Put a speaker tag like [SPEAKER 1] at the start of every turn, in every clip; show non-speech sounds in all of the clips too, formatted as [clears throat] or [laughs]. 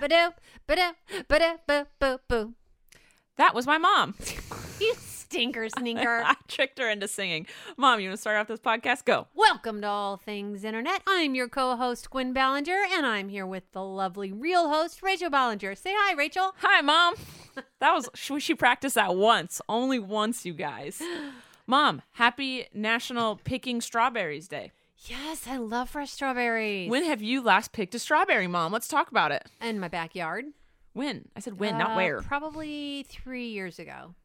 [SPEAKER 1] Ba-do, ba-do, ba-do, boo, boo, boo.
[SPEAKER 2] That was my mom. [laughs]
[SPEAKER 1] You stinker [laughs] sninker.
[SPEAKER 2] I tricked her into singing. Mom, you want to start off this podcast? Go.
[SPEAKER 1] Welcome to All Things Internet. I'm your co host, Gwen Ballinger, and I'm here with the lovely real host, Rachel Ballinger. Say hi, Rachel. [laughs]
[SPEAKER 2] Hi, mom. That was she, she practiced that once, only once,
[SPEAKER 1] [gasps]
[SPEAKER 2] you guys. Mom, happy National Picking Strawberries Day.
[SPEAKER 1] Yes, I love fresh strawberries.
[SPEAKER 2] When have you last picked a strawberry, Mom? Let's talk about it.
[SPEAKER 1] In my backyard.
[SPEAKER 2] When? I said when,
[SPEAKER 1] Uh,
[SPEAKER 2] not where.
[SPEAKER 1] Probably three years ago.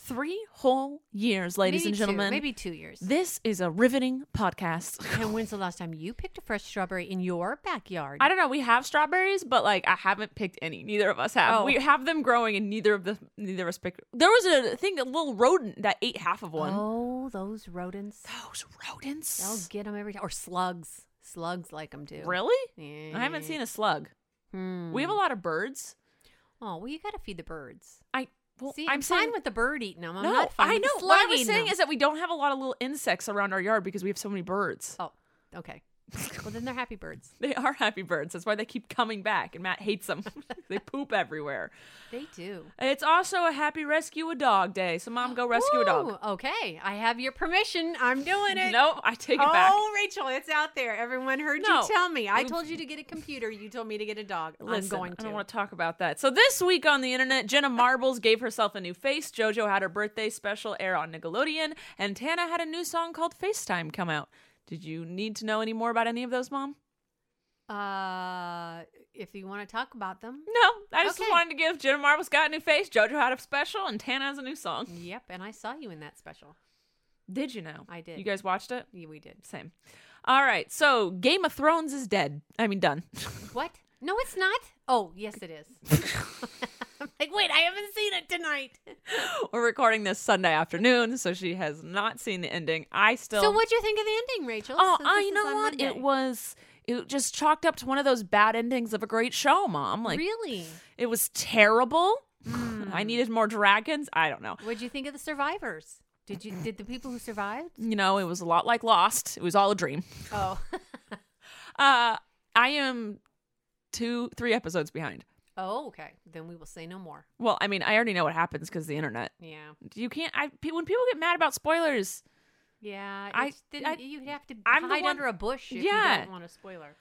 [SPEAKER 2] Three whole years, ladies
[SPEAKER 1] Maybe
[SPEAKER 2] and
[SPEAKER 1] two-
[SPEAKER 2] gentlemen.
[SPEAKER 1] maybe two years.
[SPEAKER 2] This is a riveting podcast. [laughs]
[SPEAKER 1] and when's the last time you picked a fresh strawberry in your backyard?
[SPEAKER 2] I don't know. We have strawberries, but like I haven't picked any. Neither of us have.
[SPEAKER 1] Oh.
[SPEAKER 2] We have them growing, and neither of the neither of us picked. There was a thing, a little rodent that ate half of one.
[SPEAKER 1] Oh, those rodents.
[SPEAKER 2] Those rodents.
[SPEAKER 1] They'll get them every time. Or slugs. Slugs like them too.
[SPEAKER 2] really?
[SPEAKER 1] Yeah.
[SPEAKER 2] I haven't seen a slug.
[SPEAKER 1] Hmm.
[SPEAKER 2] We have a lot of birds.
[SPEAKER 1] Oh, well, you got to feed the birds.
[SPEAKER 2] I well,
[SPEAKER 1] See,
[SPEAKER 2] I'm,
[SPEAKER 1] I'm, fine
[SPEAKER 2] saying-
[SPEAKER 1] with the bird eating them. I'm
[SPEAKER 2] no,
[SPEAKER 1] not fine
[SPEAKER 2] I
[SPEAKER 1] with
[SPEAKER 2] know.
[SPEAKER 1] the
[SPEAKER 2] What I
[SPEAKER 1] slug
[SPEAKER 2] was
[SPEAKER 1] eating
[SPEAKER 2] saying
[SPEAKER 1] them.
[SPEAKER 2] is that we don't have a lot of little insects around our yard because we have so many birds.
[SPEAKER 1] Oh, okay. Well, then they're happy birds.
[SPEAKER 2] They are happy birds. That's why they keep coming back, and Matt hates them. [laughs] they poop everywhere.
[SPEAKER 1] They do.
[SPEAKER 2] It's also a happy rescue a dog day. So, mom, [laughs] go rescue a dog.
[SPEAKER 1] Ooh, Okay, I have your permission. I'm doing it.
[SPEAKER 2] No, I take it back.
[SPEAKER 1] Oh, Rachel, it's out there. Everyone heard
[SPEAKER 2] No.
[SPEAKER 1] you tell me. I told you to get a computer. You told me to get a dog.
[SPEAKER 2] Listen,
[SPEAKER 1] I'm going
[SPEAKER 2] I
[SPEAKER 1] to.
[SPEAKER 2] don't want to talk about that. So this week on the internet, Jenna Marbles gave herself a new face. JoJo had her birthday special air on Nickelodeon, and Tana had a new song called FaceTime come out. Did you need to know any more about any of those, Mom?
[SPEAKER 1] Uh, if you want to talk about them.
[SPEAKER 2] No, I just
[SPEAKER 1] Okay.
[SPEAKER 2] wanted to give Jenna Marbles got a new face, JoJo had a special, and Tana has a new song.
[SPEAKER 1] Yep, and I saw you in that special.
[SPEAKER 2] Did you know?
[SPEAKER 1] I did.
[SPEAKER 2] You guys watched it?
[SPEAKER 1] Yeah, we did.
[SPEAKER 2] Same. All right, so Game of Thrones is dead. I mean, done. [laughs]
[SPEAKER 1] What? No, it's not. Oh, yes, it is. [laughs] I'm like, wait, I haven't seen it tonight.
[SPEAKER 2] We're recording this Sunday afternoon, so she has not seen the ending. I still.
[SPEAKER 1] So, what'd you think of the ending, Rachel?
[SPEAKER 2] Oh,
[SPEAKER 1] since
[SPEAKER 2] I
[SPEAKER 1] this
[SPEAKER 2] you
[SPEAKER 1] is
[SPEAKER 2] know
[SPEAKER 1] on
[SPEAKER 2] what? It
[SPEAKER 1] Monday?
[SPEAKER 2] was it just chalked up to one of those bad endings of a great show, mom. Like
[SPEAKER 1] really.
[SPEAKER 2] it was terrible. [sighs]
[SPEAKER 1] Hmm.
[SPEAKER 2] I needed more dragons. I don't know.
[SPEAKER 1] What'd you think of the survivors? Did you did the people who
[SPEAKER 2] [laughs]
[SPEAKER 1] survived?
[SPEAKER 2] You know, it was a lot like Lost. It was all a dream. [laughs]
[SPEAKER 1] Oh,
[SPEAKER 2] Uh I am two, three episodes behind.
[SPEAKER 1] oh, okay. Then we will say no more.
[SPEAKER 2] Well, I mean, I already know what happens because the internet.
[SPEAKER 1] Yeah,
[SPEAKER 2] You can't. I pe- when people get mad about spoilers,
[SPEAKER 1] yeah.
[SPEAKER 2] I-
[SPEAKER 1] it's- then
[SPEAKER 2] I-
[SPEAKER 1] you have to
[SPEAKER 2] I'm the
[SPEAKER 1] hide
[SPEAKER 2] one-
[SPEAKER 1] under a bush if you
[SPEAKER 2] Yeah.
[SPEAKER 1] don't want a spoiler.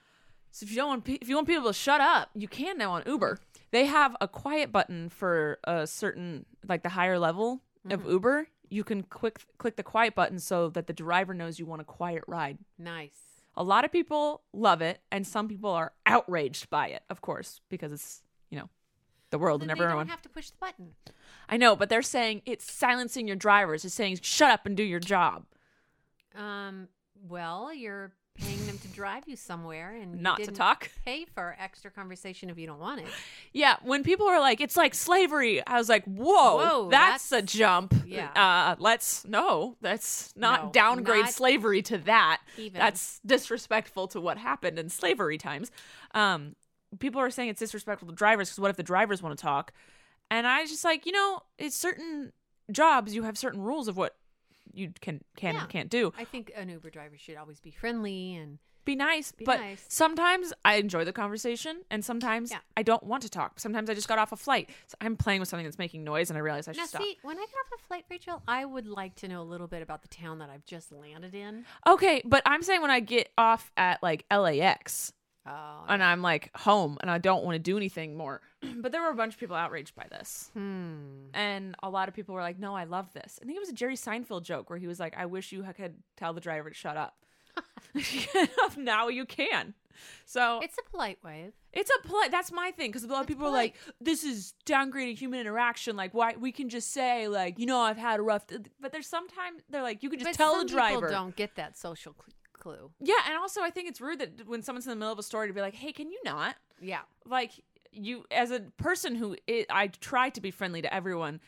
[SPEAKER 2] So if you don't want pe- if you want people to shut up, you can now on Uber. They have a quiet button for a certain like the higher level
[SPEAKER 1] Mm-hmm.
[SPEAKER 2] of Uber. You can click click the quiet button so that the driver knows you want a quiet ride.
[SPEAKER 1] Nice.
[SPEAKER 2] A lot of people love it, and some people are outraged by it, of course, because it's you know the world
[SPEAKER 1] Then they
[SPEAKER 2] and
[SPEAKER 1] don't
[SPEAKER 2] everyone.
[SPEAKER 1] have to push the button.
[SPEAKER 2] I know, but they're saying it's silencing your drivers. It's saying shut up and do your job.
[SPEAKER 1] Um. Well, you're paying them to drive you somewhere and you
[SPEAKER 2] Not to
[SPEAKER 1] didn't
[SPEAKER 2] talk.
[SPEAKER 1] Pay for extra conversation if you don't want it.
[SPEAKER 2] Yeah, when people were like, "It's like slavery," I was like, "Whoa,
[SPEAKER 1] Whoa,
[SPEAKER 2] that's, a
[SPEAKER 1] that's-
[SPEAKER 2] jump."
[SPEAKER 1] yeah.
[SPEAKER 2] Uh, let's no, that's not
[SPEAKER 1] No,
[SPEAKER 2] downgrade
[SPEAKER 1] not
[SPEAKER 2] slavery to that.
[SPEAKER 1] even.
[SPEAKER 2] That's disrespectful to what happened in slavery times. Um, people are saying it's disrespectful to drivers because what if the drivers want to talk? And I was just like, you know, it's certain jobs you have certain rules of what you can can
[SPEAKER 1] Yeah.
[SPEAKER 2] and can't do.
[SPEAKER 1] I think an Uber driver should always be friendly and
[SPEAKER 2] Be nice, but
[SPEAKER 1] nice.
[SPEAKER 2] sometimes I enjoy the conversation, and sometimes
[SPEAKER 1] Yeah.
[SPEAKER 2] I don't want to talk. Sometimes I just got off a flight. So I'm playing with something that's making noise, and I realize I should
[SPEAKER 1] now
[SPEAKER 2] stop.
[SPEAKER 1] see when I get off the flight, Rachel, I would like to know a little bit about the town that I've just landed in.
[SPEAKER 2] Okay, but I'm saying when I get off at like LAX
[SPEAKER 1] Oh,
[SPEAKER 2] and I'm like home and I don't want to do anything more. [clears throat] but there were a bunch of people outraged by this.
[SPEAKER 1] hmm.
[SPEAKER 2] And a lot of people were like, no, I love this. I think it was a Jerry Seinfeld joke where he was like, I wish you could tell the driver to shut up.
[SPEAKER 1] [laughs]
[SPEAKER 2] [laughs] now you can. So
[SPEAKER 1] It's a polite wave.
[SPEAKER 2] it's a polite. That's my thing because a lot of
[SPEAKER 1] It's
[SPEAKER 2] people are like, "This is downgrading human interaction." Like, why we can just say, like, you know, I've had a rough. d-" But there's sometimes they're like, you could
[SPEAKER 1] but
[SPEAKER 2] just tell
[SPEAKER 1] some
[SPEAKER 2] the driver.
[SPEAKER 1] people don't get that social cl- clue.
[SPEAKER 2] Yeah, and also I think it's rude that when someone's in the middle of a story to be like, "Hey, can you not?"
[SPEAKER 1] Yeah.
[SPEAKER 2] Like you, as a person who I, I try to be friendly to everyone,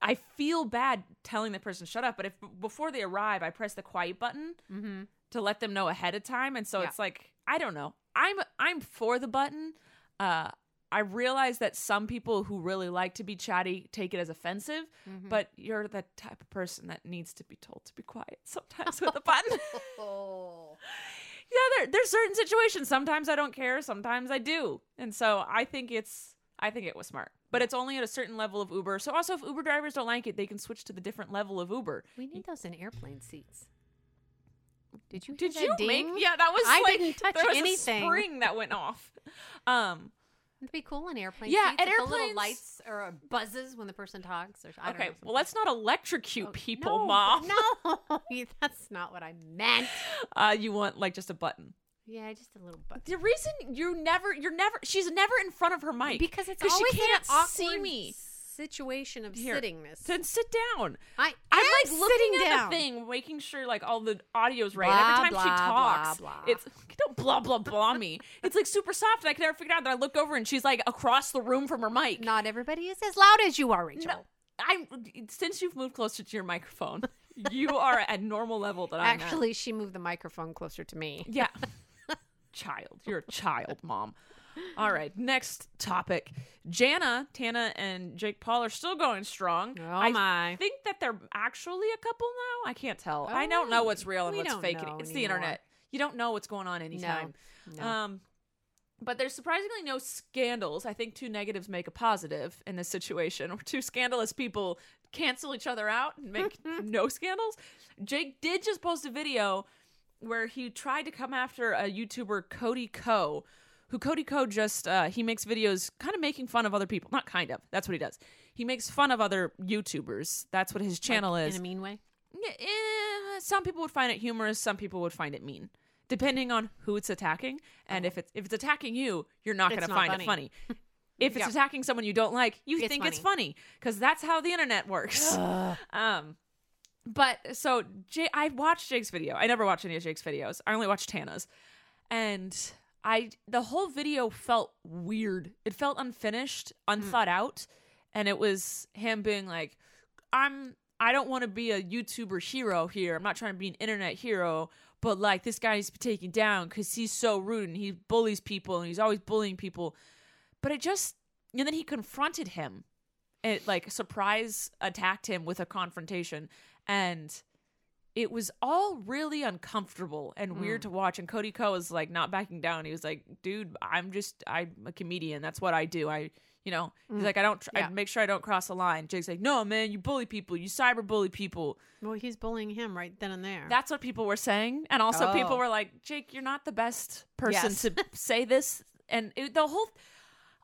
[SPEAKER 2] I feel bad telling the person shut up. But if before they arrive, I press the quiet button
[SPEAKER 1] Mm-hmm.
[SPEAKER 2] to let them know ahead of time, and so
[SPEAKER 1] Yeah.
[SPEAKER 2] it's like I don't know. I'm I'm for the button. Uh, I realize that some people who really like to be chatty take it as offensive,
[SPEAKER 1] Mm-hmm.
[SPEAKER 2] but you're the type of person that needs to be told to be quiet sometimes with a button.
[SPEAKER 1] Oh.
[SPEAKER 2] yeah there, there's certain situations sometimes i don't care sometimes i do and so i think it's i think it was smart but it's only at a certain level of uber so also if uber drivers don't like it they can switch to the different level of uber
[SPEAKER 1] We need those in airplane seats. Did you hear
[SPEAKER 2] did
[SPEAKER 1] that
[SPEAKER 2] you make
[SPEAKER 1] ding?
[SPEAKER 2] yeah that was
[SPEAKER 1] I
[SPEAKER 2] like
[SPEAKER 1] didn't touch
[SPEAKER 2] there was
[SPEAKER 1] anything.
[SPEAKER 2] a spring that went off um
[SPEAKER 1] It'd be cool in airplane
[SPEAKER 2] Yeah,
[SPEAKER 1] seats.
[SPEAKER 2] at
[SPEAKER 1] if The
[SPEAKER 2] airplanes-
[SPEAKER 1] little lights or uh, buzzes when the person talks. Or, I don't
[SPEAKER 2] okay
[SPEAKER 1] know,
[SPEAKER 2] well let's not electrocute
[SPEAKER 1] something.
[SPEAKER 2] people
[SPEAKER 1] no,
[SPEAKER 2] mom
[SPEAKER 1] No, [laughs] that's not what I meant.
[SPEAKER 2] uh you want like just a button
[SPEAKER 1] Yeah, just a little buzz.
[SPEAKER 2] the reason you never you're never she's never in front of her mic
[SPEAKER 1] Because it's
[SPEAKER 2] 'cause
[SPEAKER 1] always
[SPEAKER 2] she can't
[SPEAKER 1] in an awkward
[SPEAKER 2] see me
[SPEAKER 1] situation of
[SPEAKER 2] Here,
[SPEAKER 1] sittingness.
[SPEAKER 2] then sit down
[SPEAKER 1] I
[SPEAKER 2] I'm
[SPEAKER 1] am
[SPEAKER 2] like looking
[SPEAKER 1] sitting
[SPEAKER 2] at
[SPEAKER 1] down.
[SPEAKER 2] the thing, making sure like all the audio's right.
[SPEAKER 1] Blah,
[SPEAKER 2] and every time she
[SPEAKER 1] blah, blah,
[SPEAKER 2] talks,
[SPEAKER 1] blah.
[SPEAKER 2] it's don't blah blah blah me. It's like super soft, and I can never figure it out. Then I look over and she's like across the room from her mic.
[SPEAKER 1] Not everybody is as loud as you are, Rachel.
[SPEAKER 2] No, I'm since you've moved closer to your microphone, [laughs] you are at normal level that I'm at.
[SPEAKER 1] Actually, she moved the microphone closer to me.
[SPEAKER 2] Yeah. child. You're a child, mom. All right. Next topic. Jana, Tana, and Jake Paul are still going strong.
[SPEAKER 1] Oh,
[SPEAKER 2] I
[SPEAKER 1] my.
[SPEAKER 2] think that they're actually a couple now. I can't tell. I
[SPEAKER 1] Oh,
[SPEAKER 2] don't know what's real and
[SPEAKER 1] we
[SPEAKER 2] what's
[SPEAKER 1] don't
[SPEAKER 2] fake.
[SPEAKER 1] know
[SPEAKER 2] It's the
[SPEAKER 1] anymore.
[SPEAKER 2] internet. You don't know what's going on anytime.
[SPEAKER 1] No.
[SPEAKER 2] Um but there's surprisingly no scandals. I think two negatives make a positive in this situation, [laughs] where two scandalous people cancel each other out
[SPEAKER 1] [laughs]
[SPEAKER 2] and make no scandals. Jake did just post a video where he tried to come after a YouTuber Cody Co, who Cody Co just uh, he makes videos kind of making fun of other people. Not kind of. That's what he does. He makes fun of other YouTubers. That's what his channel
[SPEAKER 1] Like,
[SPEAKER 2] is.
[SPEAKER 1] in a mean way.
[SPEAKER 2] Yeah, eh, some people would find it humorous. Some people would find it mean, depending on who it's attacking. And if it's if it's attacking you, you're not
[SPEAKER 1] Oh. It's
[SPEAKER 2] going to
[SPEAKER 1] not
[SPEAKER 2] find it
[SPEAKER 1] funny.
[SPEAKER 2] funny.
[SPEAKER 1] [laughs]
[SPEAKER 2] If it's
[SPEAKER 1] Yeah.
[SPEAKER 2] attacking someone you don't like, you
[SPEAKER 1] It's
[SPEAKER 2] think it's
[SPEAKER 1] funny.
[SPEAKER 2] funny because that's how the internet works. [laughs] um, but so Jake, I watched Jake's video. I never watched any of Jake's videos. I only watched Tana's, and I the whole video felt weird. It felt unfinished,
[SPEAKER 1] Mm.
[SPEAKER 2] unthought out, and it was him being like, "I'm I don't want to be a YouTuber hero here. I'm not trying to be an internet hero." But like this guy needs to be taken down because he's so rude and he bullies people and he's always bullying people. But it just and then he confronted him it like surprise attacked him with a confrontation and it was all really uncomfortable and weird to watch and cody co was like not backing down he was like dude i'm just i'm a comedian that's what i do i you know he's like i don't tr-
[SPEAKER 1] Yeah.
[SPEAKER 2] I make sure i don't cross the line jake's like no man you bully people you cyber bully people
[SPEAKER 1] Well, he's bullying him right then and there.
[SPEAKER 2] that's what people were saying and also people
[SPEAKER 1] Oh.
[SPEAKER 2] were like jake you're not the best person
[SPEAKER 1] Yes.
[SPEAKER 2] to say this and it, the whole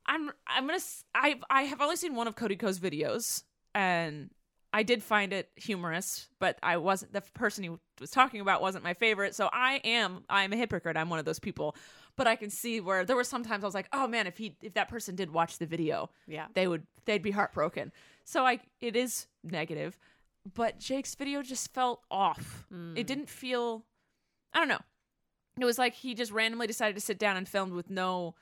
[SPEAKER 2] i'm i'm gonna s- i i have only seen one of cody co's videos and i did find it humorous but i wasn't the person he was talking about wasn't my favorite so i am i'm a hypocrite i'm one of those people but i can see where there were sometimes i was like oh man if he if that person did watch the video
[SPEAKER 1] yeah.
[SPEAKER 2] they would they'd be heartbroken. So I it is negative, but Jake's video just felt off. It didn't feel I don't know. It was like he just randomly decided to sit down and filmed with no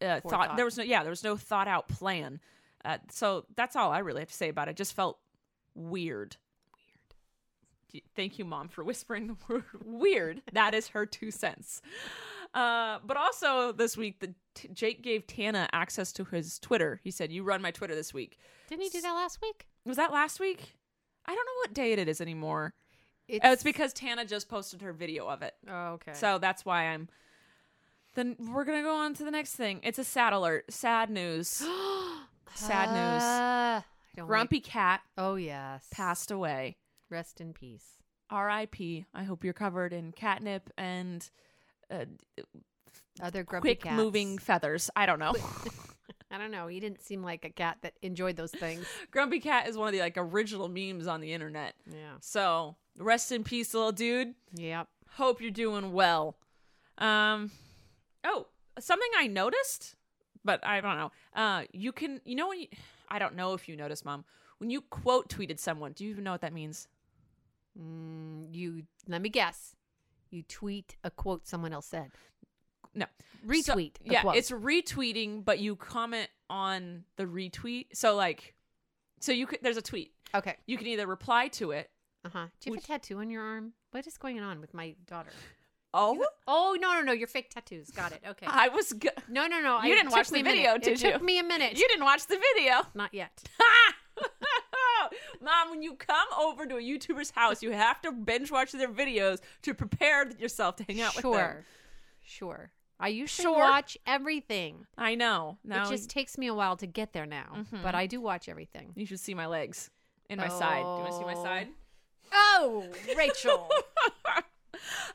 [SPEAKER 2] uh, thought.
[SPEAKER 1] Forethought.
[SPEAKER 2] There was no yeah, there was no thought out plan. Uh, so that's all I really have to say about it. It Just felt weird. Weird. Thank you, mom, for [laughs] whispering the word weird. That is her two cents. Uh, but also this week, the, t- Jake gave Tana access to his Twitter. He said, "You run my Twitter this week."
[SPEAKER 1] Didn't he do that last week?
[SPEAKER 2] Was that last week? I don't know what day it is anymore.
[SPEAKER 1] It's,
[SPEAKER 2] Oh, it's because Tana just posted her video of it.
[SPEAKER 1] Oh, okay.
[SPEAKER 2] So that's why I'm. Then we're gonna go on to the next thing. It's a sad alert. Sad
[SPEAKER 1] [gasps]
[SPEAKER 2] news. sad news.
[SPEAKER 1] Uh, I don't
[SPEAKER 2] Grumpy Cat
[SPEAKER 1] Like, oh yes.
[SPEAKER 2] passed away.
[SPEAKER 1] Rest in peace.
[SPEAKER 2] R.I.P. I hope you're covered in catnip and uh,
[SPEAKER 1] Other grumpy
[SPEAKER 2] quick
[SPEAKER 1] cats.
[SPEAKER 2] moving feathers. I
[SPEAKER 1] [laughs]
[SPEAKER 2] don't know.
[SPEAKER 1] I don't know. He didn't seem like a cat that enjoyed those
[SPEAKER 2] [laughs]
[SPEAKER 1] things.
[SPEAKER 2] Grumpy Cat is one of the like original memes on the internet.
[SPEAKER 1] Yeah.
[SPEAKER 2] So rest in peace, little dude.
[SPEAKER 1] Yep.
[SPEAKER 2] Hope you're doing well. Um, oh, something I noticed, but I don't know. Uh, you can, you know, when you, I don't know if you noticed, mom, when you quote tweeted someone, do you even know what that means?
[SPEAKER 1] Mm, you let me guess. You tweet a quote someone else said.
[SPEAKER 2] No. So-
[SPEAKER 1] Retweet. a
[SPEAKER 2] yeah,
[SPEAKER 1] quote.
[SPEAKER 2] it's retweeting, but you comment on the retweet. So like, so you could there's a tweet.
[SPEAKER 1] okay.
[SPEAKER 2] You can either reply to it.
[SPEAKER 1] Uh huh. Do you have
[SPEAKER 2] Which-
[SPEAKER 1] a tattoo on your arm? What is going on with my daughter?
[SPEAKER 2] Oh,
[SPEAKER 1] Oh no no no! Your fake tattoos. Got it. Okay.
[SPEAKER 2] I was. Go-
[SPEAKER 1] no no no.
[SPEAKER 2] You
[SPEAKER 1] I- it
[SPEAKER 2] didn't
[SPEAKER 1] took
[SPEAKER 2] watch the
[SPEAKER 1] me a minute.
[SPEAKER 2] video, did
[SPEAKER 1] It took
[SPEAKER 2] you?
[SPEAKER 1] me a minute.
[SPEAKER 2] you didn't watch the video.
[SPEAKER 1] Not yet.
[SPEAKER 2] [laughs] Mom, when you come over to a YouTuber's house, you have to binge watch their videos to prepare yourself to hang out
[SPEAKER 1] sure.
[SPEAKER 2] with them.
[SPEAKER 1] Sure. I usually
[SPEAKER 2] Sure.
[SPEAKER 1] watch everything.
[SPEAKER 2] I know. Now Mm-hmm.
[SPEAKER 1] it just takes me a while to get there now, but I do watch everything.
[SPEAKER 2] you should see my legs and my side. Do you want to see my
[SPEAKER 1] Oh.
[SPEAKER 2] side?
[SPEAKER 1] Oh, Rachel.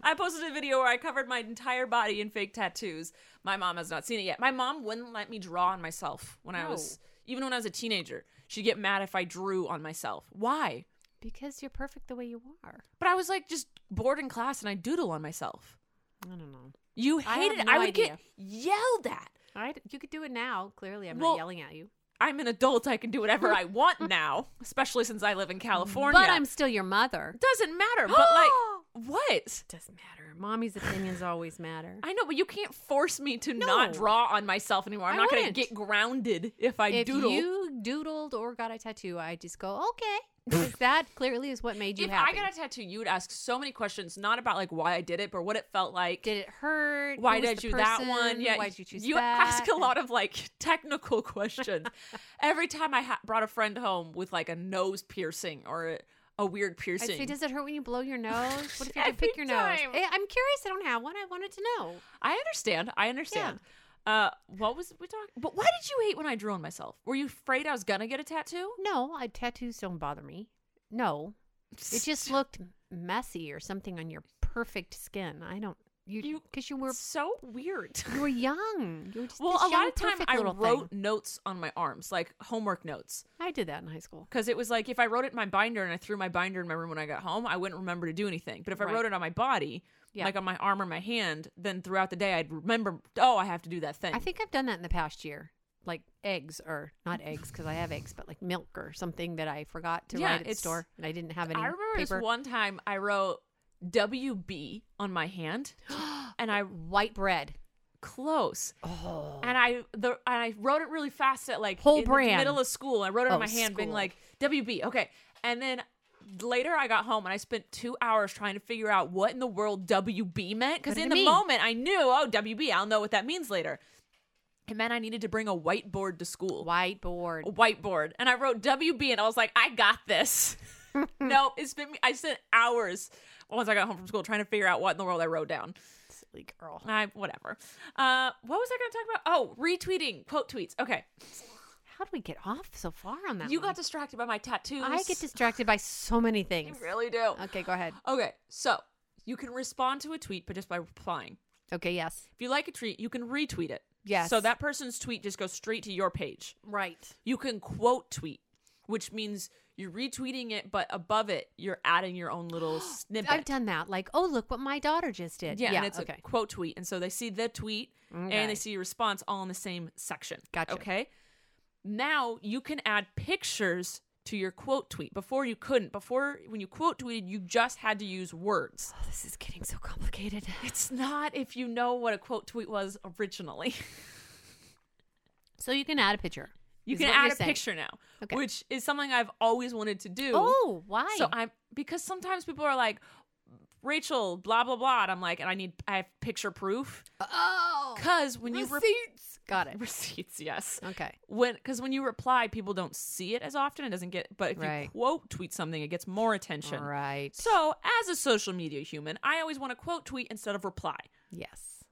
[SPEAKER 2] I posted a video where I covered my entire body in fake tattoos. My mom has not seen it yet. My mom wouldn't let me draw on myself when I was even when I was a teenager. She'd get mad if I drew on myself. Why?
[SPEAKER 1] [laughs] because you're perfect the way you are.
[SPEAKER 2] But I was like just bored in class and I doodle on myself.
[SPEAKER 1] I don't know.
[SPEAKER 2] You
[SPEAKER 1] I have
[SPEAKER 2] hated it.
[SPEAKER 1] no
[SPEAKER 2] I would
[SPEAKER 1] idea.
[SPEAKER 2] get yelled at.
[SPEAKER 1] I, you could do it now. Clearly, I'm
[SPEAKER 2] Well,
[SPEAKER 1] not yelling at you.
[SPEAKER 2] I'm an adult. I can do whatever I [laughs] want now, especially since I live in California.
[SPEAKER 1] But I'm still your mother.
[SPEAKER 2] doesn't matter. But like, [gasps] what?
[SPEAKER 1] Doesn't matter. Mommy's opinions always matter.
[SPEAKER 2] I know, but you can't force me to not
[SPEAKER 1] No.
[SPEAKER 2] draw on myself anymore. I'm
[SPEAKER 1] I
[SPEAKER 2] not going to
[SPEAKER 1] wouldn't.
[SPEAKER 2] get grounded if I
[SPEAKER 1] if
[SPEAKER 2] doodle.
[SPEAKER 1] you doodled or got a tattoo, I just go okay. Because that clearly is what made you
[SPEAKER 2] if
[SPEAKER 1] happy.
[SPEAKER 2] I got a tattoo, you would ask so many questions, not about like why I did it, but what it felt like.
[SPEAKER 1] Did it hurt? Who
[SPEAKER 2] why
[SPEAKER 1] was
[SPEAKER 2] did
[SPEAKER 1] the
[SPEAKER 2] you that
[SPEAKER 1] person?
[SPEAKER 2] one? Yeah,
[SPEAKER 1] Why did you choose
[SPEAKER 2] You
[SPEAKER 1] that?
[SPEAKER 2] ask a lot of
[SPEAKER 1] [laughs]
[SPEAKER 2] like technical questions. Every time I ha- brought a friend home with like a nose piercing or a, a weird
[SPEAKER 1] I
[SPEAKER 2] piercing,
[SPEAKER 1] say, does it hurt when you blow your nose? What if you could
[SPEAKER 2] Every
[SPEAKER 1] pick your nose?
[SPEAKER 2] time.
[SPEAKER 1] Eh, I'm curious. I don't have one. I wanted to know.
[SPEAKER 2] I understand. I understand. Uh, what was we talking? But why did you hate when I drew on myself? Were you afraid I was gonna get a tattoo?
[SPEAKER 1] No, I, tattoos don't bother me. No,
[SPEAKER 2] [laughs]
[SPEAKER 1] it just looked messy or something on your perfect skin. I don't you
[SPEAKER 2] You-
[SPEAKER 1] because you, were
[SPEAKER 2] so weird.
[SPEAKER 1] you were young. You were just
[SPEAKER 2] [laughs] well,
[SPEAKER 1] this
[SPEAKER 2] a lot
[SPEAKER 1] young,
[SPEAKER 2] of time
[SPEAKER 1] perfect
[SPEAKER 2] I
[SPEAKER 1] little
[SPEAKER 2] wrote
[SPEAKER 1] thing.
[SPEAKER 2] notes on my arms, like homework notes,
[SPEAKER 1] I did that in high school.
[SPEAKER 2] because it was like if I wrote it in my binder and I threw my binder in my room when I got home, I wouldn't remember to do anything. But if I
[SPEAKER 1] Right.
[SPEAKER 2] wrote it on my body,
[SPEAKER 1] Yeah.
[SPEAKER 2] like on my arm or my hand, then throughout the day I'd remember. Oh, I have to do that thing.
[SPEAKER 1] I think I've done that in the past year. Like eggs or not eggs because I have eggs, but like milk or something that I forgot to
[SPEAKER 2] Yeah,
[SPEAKER 1] write at the
[SPEAKER 2] it's-
[SPEAKER 1] store and I didn't have any
[SPEAKER 2] I remember
[SPEAKER 1] paper.
[SPEAKER 2] this one time I wrote WB on my hand,
[SPEAKER 1] [gasps]
[SPEAKER 2] and I
[SPEAKER 1] White bread.
[SPEAKER 2] close. And I the and I wrote it really fast at like
[SPEAKER 1] Oh. Whole
[SPEAKER 2] in the
[SPEAKER 1] brand.
[SPEAKER 2] middle of school. I wrote it
[SPEAKER 1] Oh,
[SPEAKER 2] on my hand, being
[SPEAKER 1] school.
[SPEAKER 2] like WB, okay. And then later I got home and I spent two hours trying to figure out what in the world WB meant.
[SPEAKER 1] What
[SPEAKER 2] Because
[SPEAKER 1] did
[SPEAKER 2] in
[SPEAKER 1] it
[SPEAKER 2] the
[SPEAKER 1] mean?
[SPEAKER 2] moment I knew, oh WB, I'll know what that means later. It meant I needed to bring a whiteboard to school.
[SPEAKER 1] Whiteboard.
[SPEAKER 2] A whiteboard. And I wrote WB and I was like, I got
[SPEAKER 1] [laughs]
[SPEAKER 2] this. no, it's been me I spent hours once I got home from school trying to figure out what in the world I wrote down.
[SPEAKER 1] Silly girl.
[SPEAKER 2] I whatever. Uh, what was I going to talk about? Oh, retweeting quote tweets. Okay,
[SPEAKER 1] How did we get off so far on that?
[SPEAKER 2] you
[SPEAKER 1] one?
[SPEAKER 2] got distracted by my tattoos.
[SPEAKER 1] I
[SPEAKER 2] [laughs]
[SPEAKER 1] get distracted by so many things.
[SPEAKER 2] You really do.
[SPEAKER 1] Okay, go ahead.
[SPEAKER 2] Okay, so you can respond to a tweet, but just by replying.
[SPEAKER 1] Okay, yes.
[SPEAKER 2] If you like a tweet, you can retweet it.
[SPEAKER 1] Yes.
[SPEAKER 2] So that person's tweet just goes straight to your page.
[SPEAKER 1] Right.
[SPEAKER 2] You can quote tweet, which means you're retweeting it, but above it, you're adding your own little
[SPEAKER 1] [gasps]
[SPEAKER 2] snippet.
[SPEAKER 1] I've done that. Like, oh, look what my daughter just did.
[SPEAKER 2] yeah, and it's
[SPEAKER 1] okay.
[SPEAKER 2] a quote tweet. And so they see the tweet and
[SPEAKER 1] Okay.
[SPEAKER 2] they see your response all in the same section.
[SPEAKER 1] Gotcha.
[SPEAKER 2] Okay. Now you can add pictures to your quote tweet. Before you couldn't. Before when you quote tweeted, you just had to
[SPEAKER 1] [sighs]
[SPEAKER 2] use words.
[SPEAKER 1] Oh, this is getting so complicated.
[SPEAKER 2] It's not if you know what a quote tweet was originally.
[SPEAKER 1] [laughs]
[SPEAKER 2] [laughs]
[SPEAKER 1] So you can add a picture.
[SPEAKER 2] You
[SPEAKER 1] is
[SPEAKER 2] can
[SPEAKER 1] what
[SPEAKER 2] add
[SPEAKER 1] you're
[SPEAKER 2] a
[SPEAKER 1] saying.
[SPEAKER 2] picture now,
[SPEAKER 1] Okay.
[SPEAKER 2] which is something I've always wanted to do.
[SPEAKER 1] Oh, why?
[SPEAKER 2] So I'm because sometimes people are like, Rachel, blah blah blah. And I'm like, and I need I have picture proof
[SPEAKER 1] oh,
[SPEAKER 2] because when you re- [laughs]
[SPEAKER 1] receipts. Got it.
[SPEAKER 2] receipts, yes.
[SPEAKER 1] Okay.
[SPEAKER 2] When because when you reply, people don't see it as often. It doesn't get. But if you
[SPEAKER 1] Right.
[SPEAKER 2] quote tweet something, it gets more attention.
[SPEAKER 1] Right.
[SPEAKER 2] So as a social media human, I always want to quote tweet instead of reply.
[SPEAKER 1] yes,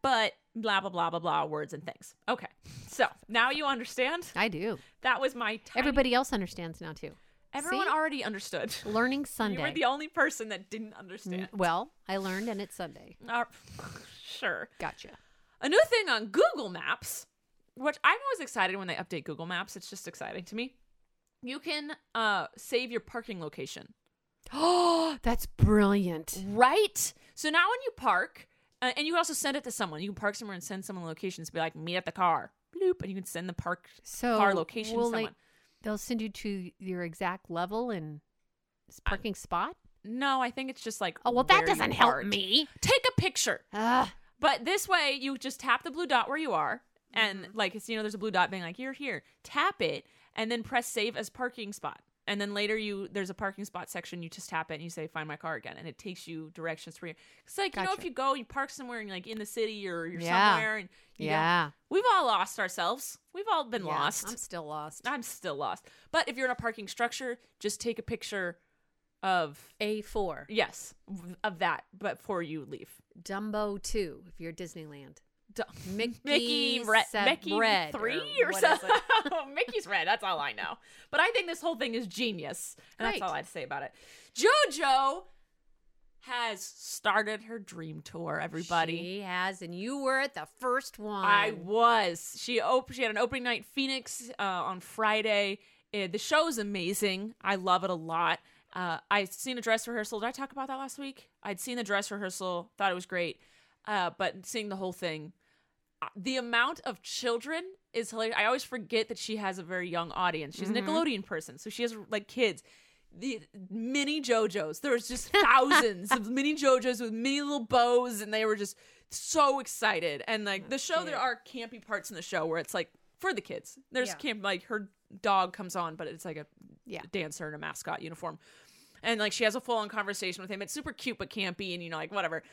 [SPEAKER 2] But blah blah blah blah blah words and things. Okay, so now you understand.
[SPEAKER 1] I do.
[SPEAKER 2] That was my tiny-
[SPEAKER 1] Everybody else understands now too.
[SPEAKER 2] Everyone
[SPEAKER 1] See?
[SPEAKER 2] already understood.
[SPEAKER 1] Learning Sunday.
[SPEAKER 2] You were the only person that didn't understand.
[SPEAKER 1] N- Well, I learned, and it's Sunday.
[SPEAKER 2] Uh, [laughs] sure.
[SPEAKER 1] Gotcha.
[SPEAKER 2] [gasps] A new thing on Google Maps, which I'm always excited when they update Google Maps. It's just exciting to me. You can uh, save your parking location,
[SPEAKER 1] Oh, that's brilliant.
[SPEAKER 2] right? So now when you park, uh, and you can also send it to someone. You can park somewhere and send someone locations. Be like, meet at the car, bloop, and you can send the park
[SPEAKER 1] So
[SPEAKER 2] car location to
[SPEAKER 1] will
[SPEAKER 2] someone.
[SPEAKER 1] They, they'll send you to your exact level and s- parking spot.
[SPEAKER 2] No, I think it's just like.
[SPEAKER 1] Oh well, that
[SPEAKER 2] where you
[SPEAKER 1] doesn't help
[SPEAKER 2] parked.
[SPEAKER 1] me.
[SPEAKER 2] Take a picture.
[SPEAKER 1] Ugh.
[SPEAKER 2] But this way, you just tap the blue dot where you are, and
[SPEAKER 1] Mm-hmm.
[SPEAKER 2] like it's you know, there's a blue dot being like you're here. Tap it, and then press save as parking spot. And then later, you there's a parking spot section. You just tap it, and you say find my car again, and it takes you directions for you. It's like you know, if
[SPEAKER 1] Gotcha.
[SPEAKER 2] you go, you park somewhere, and you're like in the city or you're
[SPEAKER 1] Yeah.
[SPEAKER 2] somewhere, and you don't-
[SPEAKER 1] Yeah.
[SPEAKER 2] we've all lost ourselves. We've all been
[SPEAKER 1] Yeah,
[SPEAKER 2] lost.
[SPEAKER 1] I'm still lost.
[SPEAKER 2] I'm still lost. But if you're in a parking structure, just take a picture of
[SPEAKER 1] A four.
[SPEAKER 2] yes of that before you leave.
[SPEAKER 1] Dumbo two. If you're at Disneyland.
[SPEAKER 2] D-
[SPEAKER 1] Mickey
[SPEAKER 2] Mickey Red,
[SPEAKER 1] said
[SPEAKER 2] Mickey
[SPEAKER 1] bread,
[SPEAKER 2] three
[SPEAKER 1] or
[SPEAKER 2] or,
[SPEAKER 1] what
[SPEAKER 2] so.
[SPEAKER 1] is it?
[SPEAKER 2] [laughs] Mickey's red. That's all I know. But I think this whole thing is genius, and
[SPEAKER 1] Great.
[SPEAKER 2] that's all I have to say about it. JoJo has started her dream tour. Everybody,
[SPEAKER 1] She has, and you were at the first one.
[SPEAKER 2] I was. She op- She had an opening night Phoenix uh, on Friday. Uh, the show is amazing. I love it a lot. Uh, I seen a dress rehearsal. Did I talk about that last week? I'd seen the dress rehearsal. Thought it was great. Uh, but seeing the whole thing, uh, the amount of children is hilarious. I always forget that she has a very young audience. She's
[SPEAKER 1] Mm-hmm.
[SPEAKER 2] a Nickelodeon person, so she has like kids. The mini JoJo's. There was just thousands
[SPEAKER 1] [laughs]
[SPEAKER 2] of mini JoJo's with mini little bows, and they were just so excited. And like the show, there are campy parts in the show where it's like for the kids. There's
[SPEAKER 1] Yeah.
[SPEAKER 2] camp like her dog comes on, but it's like a
[SPEAKER 1] Yeah.
[SPEAKER 2] dancer in a mascot uniform, and like she has a full on conversation with him. It's super cute but campy, and you know like whatever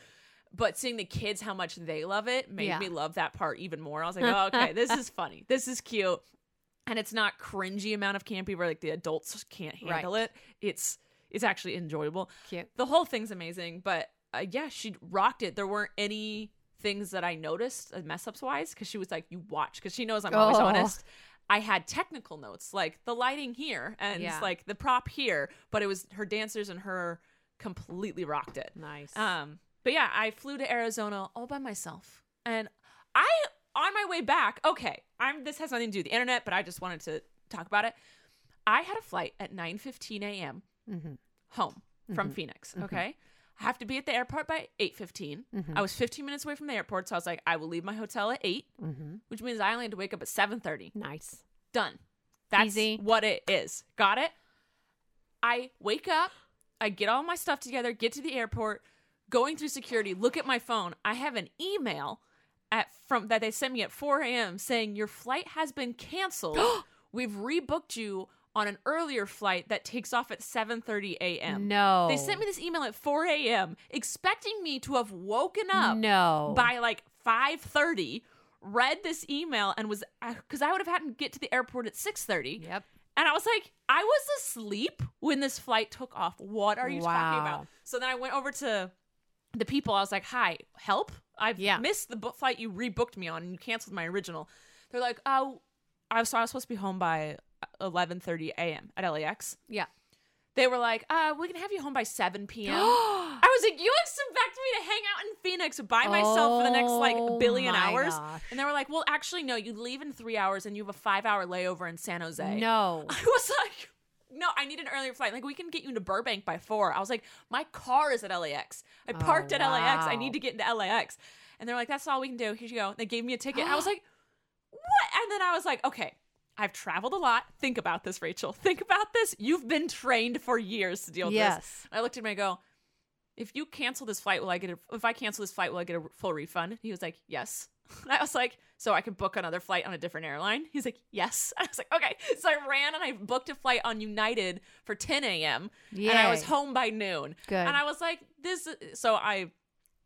[SPEAKER 2] but seeing the kids how much they love it made
[SPEAKER 1] Yeah.
[SPEAKER 2] me love that part even more.
[SPEAKER 1] [laughs]
[SPEAKER 2] I was like, oh, okay, this is funny. This is cute. And it's not cringy amount of campy where like the adults can't handle it. It's it's actually enjoyable.
[SPEAKER 1] Cute.
[SPEAKER 2] The whole thing's amazing, but uh, yeah, she rocked it. There weren't any things that I noticed uh, mess ups wise because she was like, you watch because she knows I'm always
[SPEAKER 1] Oh.
[SPEAKER 2] honest. I had technical notes like the lighting here and
[SPEAKER 1] Yeah.
[SPEAKER 2] like the prop here, but it was her dancers and her completely rocked it.
[SPEAKER 1] Nice.
[SPEAKER 2] Um, but yeah, I flew to Arizona all by myself, and I on my way back. Okay, I'm. This has nothing to do with the internet, but I just wanted to talk about it. I had a flight at 9:15 a.m. home from Phoenix. Okay, I have to be at the airport by 8:15. I was 15 minutes away from the airport, so I was like, I will leave my hotel at 8, which means I only had to wake up at 7:30.
[SPEAKER 1] nice.
[SPEAKER 2] Done. That's
[SPEAKER 1] Easy.
[SPEAKER 2] what it is. Got it? I wake up, I get all my stuff together, get to the airport, going through security, look at my phone. I have an email at from that they sent me at 4 a.m. saying your flight has been canceled.
[SPEAKER 1] [gasps]
[SPEAKER 2] We've rebooked you on an earlier flight that takes off at 7:30 a.m.
[SPEAKER 1] No.
[SPEAKER 2] They sent me this email at 4 a.m. expecting me to have woken up
[SPEAKER 1] No.
[SPEAKER 2] by like 5:30 read this email and was cuz I would have had to get to the airport at 6:30
[SPEAKER 1] Yep.
[SPEAKER 2] and I was like I was asleep when this flight took off what are you talking
[SPEAKER 1] Wow.
[SPEAKER 2] about so then I went over to the people I was like hi help I've
[SPEAKER 1] Yeah.
[SPEAKER 2] missed the bu- flight you rebooked me on and you canceled my original they're like oh I was, so I was supposed to be home by uh, 11:30 a.m. at LAX
[SPEAKER 1] Yeah.
[SPEAKER 2] they were like, uh, we can have you home by
[SPEAKER 1] [gasps]
[SPEAKER 2] 7 [gasps] p.m. I was like, you expect me to hang out in Phoenix by myself for the next
[SPEAKER 1] Oh
[SPEAKER 2] like billion
[SPEAKER 1] my
[SPEAKER 2] hours?
[SPEAKER 1] gosh.
[SPEAKER 2] And they were like, well, actually, no, you leave in three hours and you have a five hour layover in San Jose.
[SPEAKER 1] No.
[SPEAKER 2] [laughs] I was like, no, I need an earlier flight. Like, we can get you into Burbank by four. I was like, my car is at LAX. I parked at LAX. I
[SPEAKER 1] Oh, wow.
[SPEAKER 2] need to get into LAX.
[SPEAKER 1] [gasps]
[SPEAKER 2] And they're like, that's all we can do. Here you go. They gave me a ticket. I was like, what? And then I was like, okay, I've traveled a lot. Think about this, Rachel. Think about this. You've been trained for years to deal with
[SPEAKER 1] Yes.
[SPEAKER 2] this. And I looked at him and I go, if you cancel this flight, will I get a, if I cancel this flight, will I get a full refund? He was like, yes. [laughs] And I was like, so I could book another flight on a different airline? He's like, yes. [laughs] And I was like, okay. So I ran and I booked a flight on United for 10 a.m. And I was
[SPEAKER 1] Yay.
[SPEAKER 2] home by noon.
[SPEAKER 1] Good.
[SPEAKER 2] And I was like, this, so I,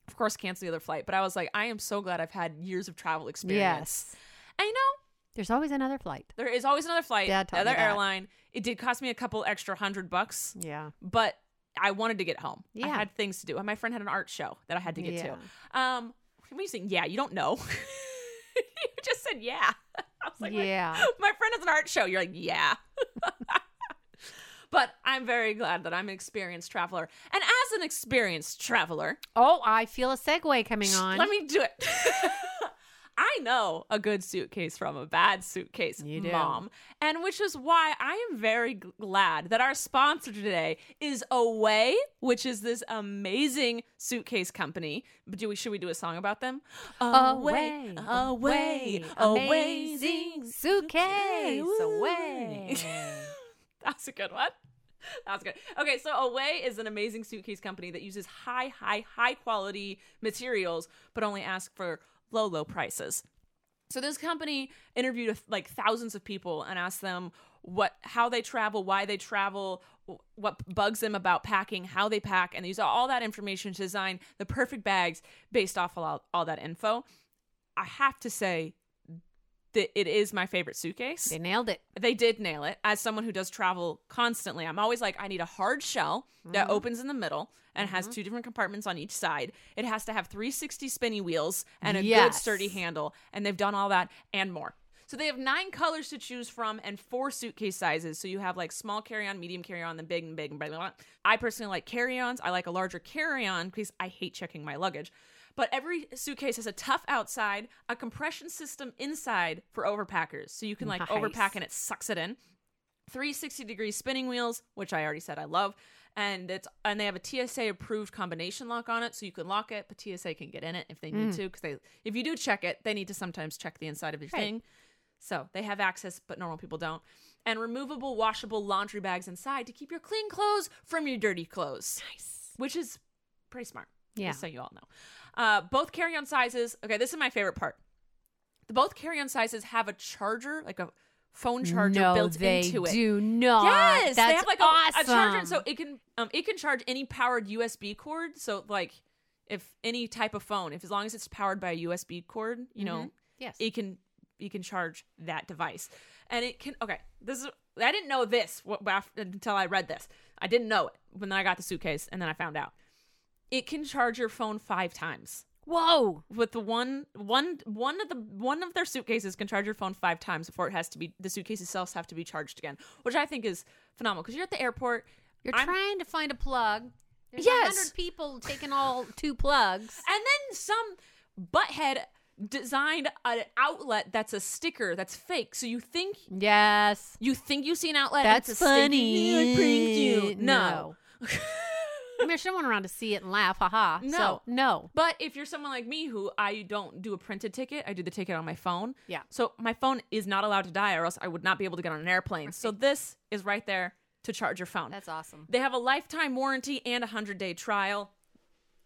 [SPEAKER 2] of course, canceled the other flight, but I was like, I am so glad I've had years of travel experience.
[SPEAKER 1] Yes.
[SPEAKER 2] And you know,
[SPEAKER 1] There's always another flight.
[SPEAKER 2] there is always another flight,
[SPEAKER 1] Dad taught me
[SPEAKER 2] another
[SPEAKER 1] that.
[SPEAKER 2] airline. It did cost me a couple extra hundred bucks,
[SPEAKER 1] Yeah.
[SPEAKER 2] but I wanted to get home. I
[SPEAKER 1] Yeah.
[SPEAKER 2] had things to do. And my friend had an art show that I had to get
[SPEAKER 1] Yeah.
[SPEAKER 2] to. Um, when you saying, yeah, you don't know. [laughs] you just said, yeah. [laughs] I was like, my-
[SPEAKER 1] Yeah.
[SPEAKER 2] [laughs] My, friend has an art show. You're like, yeah. [laughs] but I'm very glad that I'm an experienced traveler. And as an experienced traveler,
[SPEAKER 1] Oh, I feel a segue coming on.
[SPEAKER 2] let me do it. [laughs] I know a good suitcase from a bad suitcase,
[SPEAKER 1] You do.
[SPEAKER 2] mom. And which is why I am very g- glad that our sponsor today is Away, which is this amazing suitcase company. Do we should we do a song about them? [gasps] Um,
[SPEAKER 1] away,
[SPEAKER 2] away,
[SPEAKER 1] amazing suitcase
[SPEAKER 2] [laughs]
[SPEAKER 1] away.
[SPEAKER 2] That's a good one. That's good. Okay, so Away is an amazing suitcase company that uses high, high, high quality materials, but only ask for low, low prices. So this company interviewed like thousands of people and asked them what, how they travel, why they travel, wh- what bugs them about packing, how they pack, and they use all that information to design the perfect bags based off all, all that info. I have to say that it is my favorite suitcase.
[SPEAKER 1] They nailed it.
[SPEAKER 2] They did nail it. As someone who does travel constantly, I'm always like, I need a hard shell
[SPEAKER 1] Mm-hmm.
[SPEAKER 2] that opens in the middle and has two different compartments on each side. It has to have 360 spinny wheels and a good
[SPEAKER 1] Yes.
[SPEAKER 2] sturdy handle. And they've done all that and more. So they have nine colors to choose from and four suitcase sizes. So you have like small carry on, medium carry on, then big and big and blah, blah, blah. I personally like carry ons. I like a larger carry on because I hate checking my luggage. But every suitcase has a tough outside, a compression system inside for overpackers. So you can like
[SPEAKER 1] Nice.
[SPEAKER 2] overpack and it sucks it in. 360 degree spinning wheels, which I already said I love, and it's and they have a TSA approved combination lock on it, so you can lock it, but TSA can get in it if they
[SPEAKER 1] Mm.
[SPEAKER 2] need to, because they if you do check it, they need to sometimes check the inside of your thing. So they have access, but normal people don't. And removable, washable laundry bags inside to keep your clean clothes from your dirty clothes. Nice, which is pretty smart.
[SPEAKER 1] Yeah.
[SPEAKER 2] just so you all know. Uh, both carry on sizes. Okay, this is my favorite part. The both carry on sizes have a charger, like a phone charger
[SPEAKER 1] no,
[SPEAKER 2] built
[SPEAKER 1] they
[SPEAKER 2] into it.
[SPEAKER 1] do not.
[SPEAKER 2] Yes,
[SPEAKER 1] That's
[SPEAKER 2] they have like
[SPEAKER 1] awesome.
[SPEAKER 2] a, a charger, so it can um it can charge any powered USB cord. So like, if any type of phone, if as long as it's powered by a USB cord, you know,
[SPEAKER 1] yes.
[SPEAKER 2] it can you can charge that device, and it can. Okay, this is I didn't know this wh- af- until I read this. I didn't know it when I got the suitcase, and then I found out it can charge your phone five times
[SPEAKER 1] Whoa.
[SPEAKER 2] with the one one one of the one of their suitcases can charge your phone five times before it has to be the suitcase itself have to be charged again, which I think is phenomenal because you're at the airport.
[SPEAKER 1] You're
[SPEAKER 2] I'm-
[SPEAKER 1] trying to find a plug. There's a
[SPEAKER 2] Yes.
[SPEAKER 1] hundred people taking all two plugs.
[SPEAKER 2] And then some butthead designed an outlet that's a sticker that's fake, so you think
[SPEAKER 1] Yes.
[SPEAKER 2] you think you see an outlet. and
[SPEAKER 1] That's
[SPEAKER 2] it's a sticker.
[SPEAKER 1] funny.
[SPEAKER 2] I pranked you. No.
[SPEAKER 1] No. I mean, there's someone around to see it and laugh. Ha ha.
[SPEAKER 2] No.
[SPEAKER 1] So, no.
[SPEAKER 2] But if you're someone like me who I don't do a printed ticket, I do the ticket on my phone.
[SPEAKER 1] Yeah.
[SPEAKER 2] So my phone is not allowed to die or else I would not be able to get on an airplane. So this is right there to charge your phone.
[SPEAKER 1] That's awesome.
[SPEAKER 2] They have a lifetime warranty and a 100 day trial.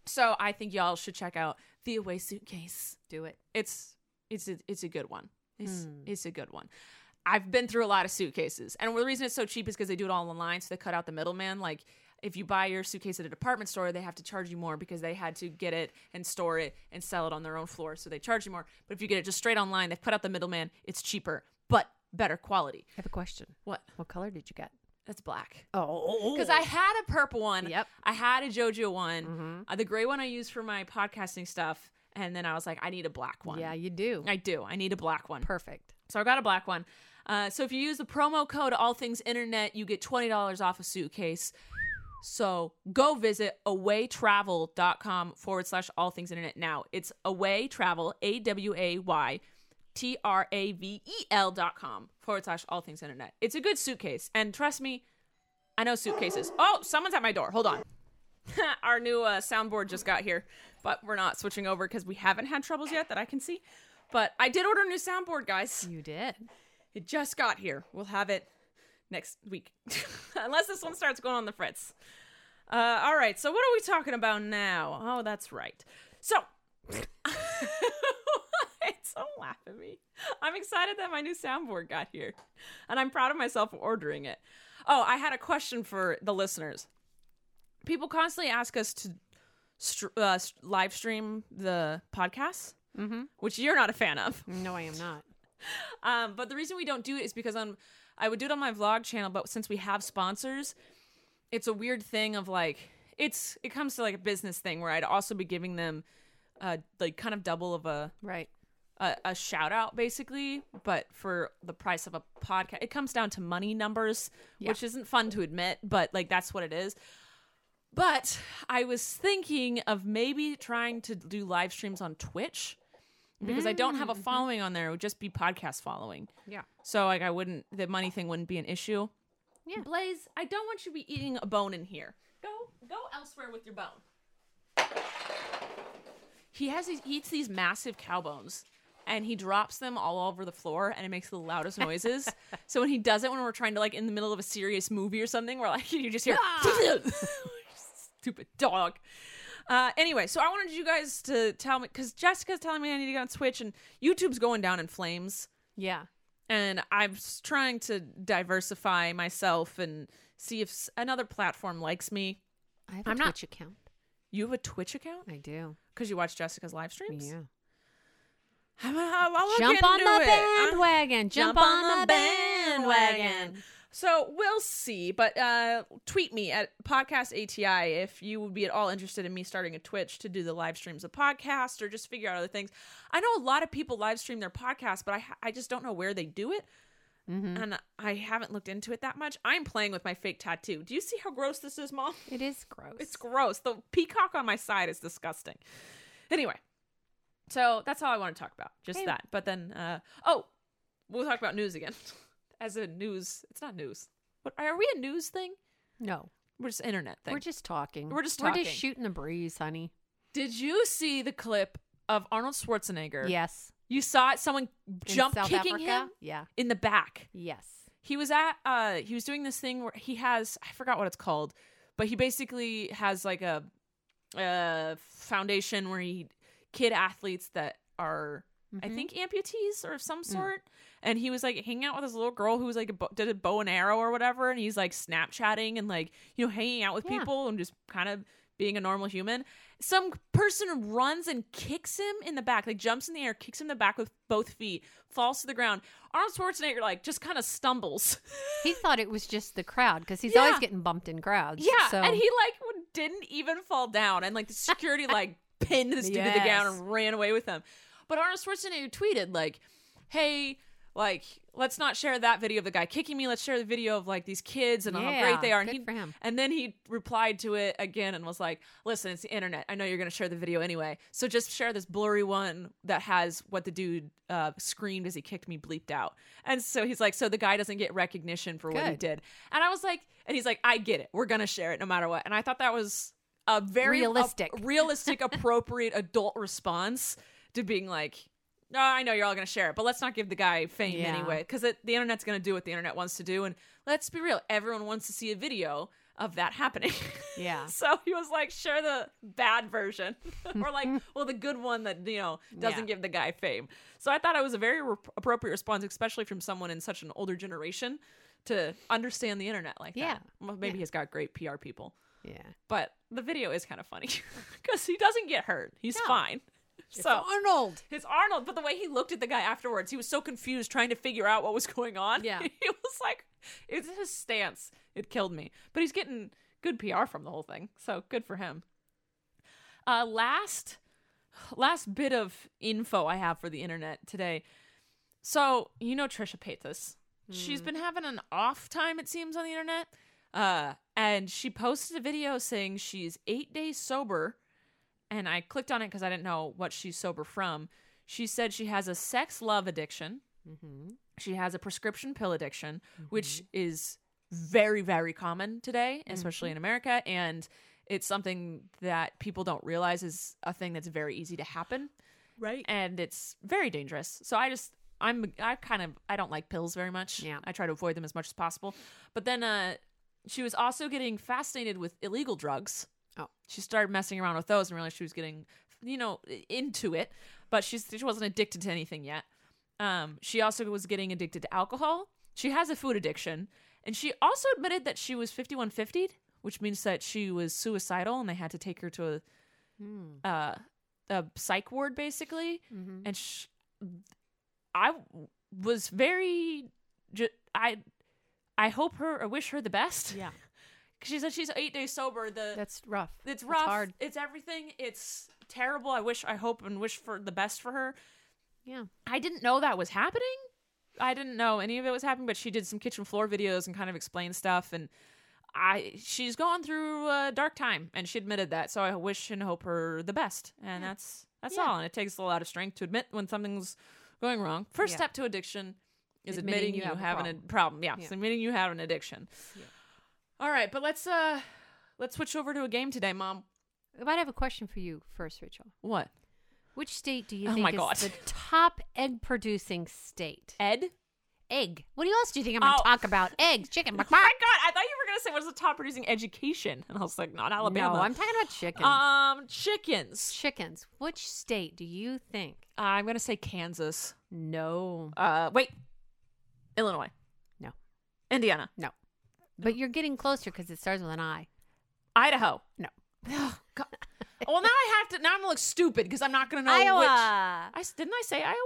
[SPEAKER 2] So I think y'all should check out the Away Suitcase.
[SPEAKER 1] Do it. Hmm.
[SPEAKER 2] It's it's a, it's a good one. It's, it's a good one. I've been through a lot of suitcases, and the reason it's so cheap is because they do it all online, so they cut out the middleman. Like if you buy your suitcase at a department store, they have to charge you more because they had to get it and store it and sell it on their own floor, so they charge you more. But if you get it just straight online, they've cut out the middleman. It's cheaper, but better quality.
[SPEAKER 1] I have a question.
[SPEAKER 2] What?
[SPEAKER 1] What color did you get?
[SPEAKER 2] That's black.
[SPEAKER 1] Oh.
[SPEAKER 2] Because I had a purple one.
[SPEAKER 1] Yep. Mm-hmm.
[SPEAKER 2] I had a JoJo one. Uh, the gray one I used for my podcasting stuff. And then I was like, I need a black one.
[SPEAKER 1] Yeah, you do.
[SPEAKER 2] I do. I need a black one.
[SPEAKER 1] Perfect.
[SPEAKER 2] So I got a black one. Uh, so if you use the promo code All Things Internet, you get twenty dollars off a suitcase. So go visit awaytravel.com forward slash all things internet now. It's away travel, A W A Y T R A V E L dot com forward slash all things internet. It's a good suitcase. And trust me, I know suitcases. Oh, someone's at my door. Hold on. [laughs] Our new uh, soundboard just got here, but we're not switching over because we haven't had troubles yet that I can see. But I did order a new soundboard, guys.
[SPEAKER 1] You did.
[SPEAKER 2] It just got here. We'll have it next week. [laughs] Unless this one starts going on the fritz. Uh, all right, so what are we talking about now? Oh, that's right. So, [laughs] it's don't laugh at me. I'm excited that my new soundboard got here, and I'm proud of myself for ordering it. Oh, I had a question for the listeners. People constantly ask us to str- uh, s- live stream the podcast,
[SPEAKER 1] Mm-hmm.
[SPEAKER 2] which you're not a fan of.
[SPEAKER 1] No, I am not.
[SPEAKER 2] Um, but the reason we don't do it is because on I would do it on my vlog channel, but since we have sponsors, it's a weird thing of like it's it comes to like a business thing where I'd also be giving them uh like kind of double of a
[SPEAKER 1] Right.
[SPEAKER 2] a, a shout out basically, but for the price of a podcast. It comes down to money numbers,
[SPEAKER 1] Yeah.
[SPEAKER 2] which isn't fun to admit, but like that's what it is. But I was thinking of maybe trying to do live streams on Twitch because I don't have a following on there. It would just be podcast following.
[SPEAKER 1] Mm-hmm. Yeah.
[SPEAKER 2] So like I wouldn't the money thing wouldn't be an issue.
[SPEAKER 1] Yeah.
[SPEAKER 2] Blaze, I don't want you to be eating a bone in here. Go go elsewhere with your bone. He has these, he eats these massive cow bones and he drops them all over the floor and it makes the loudest noises. so when he does it when we're trying to like in the middle of a serious movie or something, we're like [laughs] you just hear [laughs] stupid dog. Uh, anyway, so I wanted you guys to tell me because Jessica's telling me I need to get on Twitch and YouTube's going down in flames
[SPEAKER 1] Yeah.
[SPEAKER 2] and I'm s- trying to diversify myself and see if s- another platform likes me.
[SPEAKER 1] I have
[SPEAKER 2] a
[SPEAKER 1] a
[SPEAKER 2] I'm not- Twitch
[SPEAKER 1] Twitch account.
[SPEAKER 2] You have a Twitch account
[SPEAKER 1] I do.
[SPEAKER 2] because you watch Jessica's live streams.
[SPEAKER 1] Yeah.
[SPEAKER 2] I'm, I'll I'll look
[SPEAKER 1] Jump on
[SPEAKER 2] into
[SPEAKER 1] the
[SPEAKER 2] it. Uh,
[SPEAKER 1] bandwagon. Jump, on, the bandwagon.
[SPEAKER 2] So we'll see, but uh, tweet me at podcast ATI if you would be at all interested in me starting a Twitch to do the live streams of podcast or just figure out other things. I know a lot of people live stream their podcast, but I ha- I just don't know where they do it,
[SPEAKER 1] Mm-hmm.
[SPEAKER 2] and I haven't looked into it that much. I'm playing with my fake tattoo. Do you see how gross this is, Mom?
[SPEAKER 1] It is gross.
[SPEAKER 2] It's gross. The peacock on my side is disgusting. Anyway, so that's all I want to talk about. Just
[SPEAKER 1] Hey.
[SPEAKER 2] that. But then, uh, oh, we'll talk about news again. [laughs] As a news, it's not news. What are we a news thing?
[SPEAKER 1] no.
[SPEAKER 2] We're just internet thing.
[SPEAKER 1] We're just talking.
[SPEAKER 2] We're just
[SPEAKER 1] We're
[SPEAKER 2] talking.
[SPEAKER 1] just shooting the breeze, honey.
[SPEAKER 2] Did you see the clip of Arnold Schwarzenegger?
[SPEAKER 1] Yes.
[SPEAKER 2] You saw it. Someone
[SPEAKER 1] In
[SPEAKER 2] jump
[SPEAKER 1] South
[SPEAKER 2] kicking
[SPEAKER 1] Africa?
[SPEAKER 2] him
[SPEAKER 1] Yeah.
[SPEAKER 2] in the back.
[SPEAKER 1] Yes.
[SPEAKER 2] he was at uh he was doing this thing where he has i forgot what it's called but he basically has like a uh foundation where he kid athletes that are i
[SPEAKER 1] Mhm.
[SPEAKER 2] think amputees or of some sort and he was like hanging out with this little girl who was like a bo- did a bow and arrow or whatever and he's like snapchatting and like you know hanging out with
[SPEAKER 1] Yeah.
[SPEAKER 2] people and just kind of being a normal human some person runs and kicks him in the back, like jumps in the air, kicks him in the back with both feet, falls to the ground. Arnold Schwarzenegger like just kind of stumbles. [laughs]
[SPEAKER 1] He thought it was just the crowd because he's
[SPEAKER 2] Yeah.
[SPEAKER 1] always getting bumped in crowds.
[SPEAKER 2] yeah,
[SPEAKER 1] So
[SPEAKER 2] and he like w- didn't even fall down, and like the
[SPEAKER 1] [laughs]
[SPEAKER 2] security like pinned this dude to the ground
[SPEAKER 1] Yes.
[SPEAKER 2] and ran away with him. But Arnold Schwarzenegger tweeted like, "Hey." Like, let's not share that video of the guy kicking me. Let's share the video of like these kids and how great
[SPEAKER 1] Yeah,
[SPEAKER 2] they are. And
[SPEAKER 1] good
[SPEAKER 2] he,
[SPEAKER 1] for him.
[SPEAKER 2] and then he replied to it again and was like, "Listen, it's the internet. I know you're going to share the video anyway, so just share this blurry one that has what the dude uh, screamed as he kicked me bleeped out." And so he's like, "So the guy doesn't get recognition for what he
[SPEAKER 1] Good.
[SPEAKER 2] did." And I was like, and he's like, "I get it. We're going to share it no matter what." And I thought that was a very
[SPEAKER 1] Realistic.
[SPEAKER 2] a- realistic, [laughs] appropriate adult response to being like. No, I know you're all gonna share it, but let's not give the guy fame
[SPEAKER 1] Yeah.
[SPEAKER 2] anyway, because the internet's gonna do what the internet wants to do, and let's be real, everyone wants to see a video of that happening.
[SPEAKER 1] [laughs] Yeah.
[SPEAKER 2] [laughs] so he was like, share the bad version, [laughs] or like, well, the good one that you know doesn't
[SPEAKER 1] Yeah.
[SPEAKER 2] give the guy fame. So I thought it was a very re- appropriate response, especially from someone in such an older generation, to understand the internet like
[SPEAKER 1] Yeah.
[SPEAKER 2] that. Well, maybe he's got great PR people,
[SPEAKER 1] Yeah.
[SPEAKER 2] but the video is kind of funny [laughs] because he doesn't get hurt. He's fine. so
[SPEAKER 1] Arnold.
[SPEAKER 2] it's Arnold, but the way he looked at the guy afterwards, he was so confused trying to figure out what was going on.
[SPEAKER 1] Yeah.
[SPEAKER 2] [laughs] he was like, it's his stance. It killed me. But he's getting good PR from the whole thing. So good for him. Uh, last last bit of info I have for the internet today. So, you know Trisha Paytas.
[SPEAKER 1] Hmm.
[SPEAKER 2] She's been having an off time, it seems, on the internet. Uh, and she posted a video saying she's eight days sober. And I clicked on it because I didn't know what she's sober from. She said she has a sex love addiction.
[SPEAKER 1] Mm-hmm.
[SPEAKER 2] She has a prescription pill addiction, which is very, very common today,
[SPEAKER 1] Mm-hmm.
[SPEAKER 2] especially in America. And it's something that people don't realize is a thing that's very easy to happen
[SPEAKER 3] Right.
[SPEAKER 2] and it's very dangerous. So I just I'm I kind of I don't like pills very much.
[SPEAKER 1] Yeah.
[SPEAKER 2] I try to avoid them as much as possible. But then uh she was also getting fascinated with illegal drugs.
[SPEAKER 1] Oh.
[SPEAKER 2] She started messing around with those and realized she was getting you know into it, but she's she wasn't addicted to anything yet. Um she also was getting addicted to alcohol. She has a food addiction and she also admitted that she was 5150'd, which means that she was suicidal and they had to take her to a uh, a psych ward basically, and sh- I w- was very, ju- I, I hope her, I wish her the best.
[SPEAKER 1] Yeah.
[SPEAKER 2] 'Cause she said she's eight days sober. The
[SPEAKER 1] That's rough.
[SPEAKER 2] it's
[SPEAKER 1] That's
[SPEAKER 2] rough. It's,
[SPEAKER 1] hard.
[SPEAKER 2] everything. It's terrible. I wish, I hope, and wish for the best for her.
[SPEAKER 1] Yeah.
[SPEAKER 2] I didn't know that was happening. I didn't know any of it was happening, but she did some kitchen floor videos and kind of explained stuff. And I, she's gone through a dark time, and she admitted that. So I wish and hope her the best. And that's that's
[SPEAKER 1] Yeah.
[SPEAKER 2] all. And it takes a lot of strength to admit when something's going wrong. First
[SPEAKER 1] Yeah.
[SPEAKER 2] step to addiction is admitting, you, have,
[SPEAKER 1] a
[SPEAKER 2] an ad- problem. Yeah,
[SPEAKER 1] Yeah.
[SPEAKER 2] It's admitting you have an addiction. All right, but let's uh let's switch over to a game today, Mom.
[SPEAKER 1] I might have a question for you first, Rachel.
[SPEAKER 2] What?
[SPEAKER 1] Which state do you
[SPEAKER 2] Oh
[SPEAKER 1] think
[SPEAKER 2] my
[SPEAKER 1] is
[SPEAKER 2] God.
[SPEAKER 1] the top egg producing state?
[SPEAKER 2] Ed?
[SPEAKER 1] Egg. What else do you think I'm going to
[SPEAKER 2] Oh.
[SPEAKER 1] talk about? Eggs,
[SPEAKER 2] [laughs]
[SPEAKER 1] chicken,
[SPEAKER 2] My
[SPEAKER 1] mc-
[SPEAKER 2] God, I thought you were gonna say what is the top producing education, and I was like, not Alabama.
[SPEAKER 1] No, I'm talking about chickens.
[SPEAKER 2] Um, chickens.
[SPEAKER 1] chickens. Which state do you think?
[SPEAKER 2] I'm gonna say Kansas.
[SPEAKER 1] No.
[SPEAKER 2] Uh, wait, Illinois.
[SPEAKER 1] No.
[SPEAKER 2] Indiana.
[SPEAKER 1] No. But you're getting closer because it starts with an I.
[SPEAKER 2] Idaho.
[SPEAKER 1] No.
[SPEAKER 2] Oh, God. [laughs] well, now I have to. Now I'm gonna look stupid because I'm not gonna know which. I
[SPEAKER 1] Iowa.
[SPEAKER 2] s- didn't I say Iowa?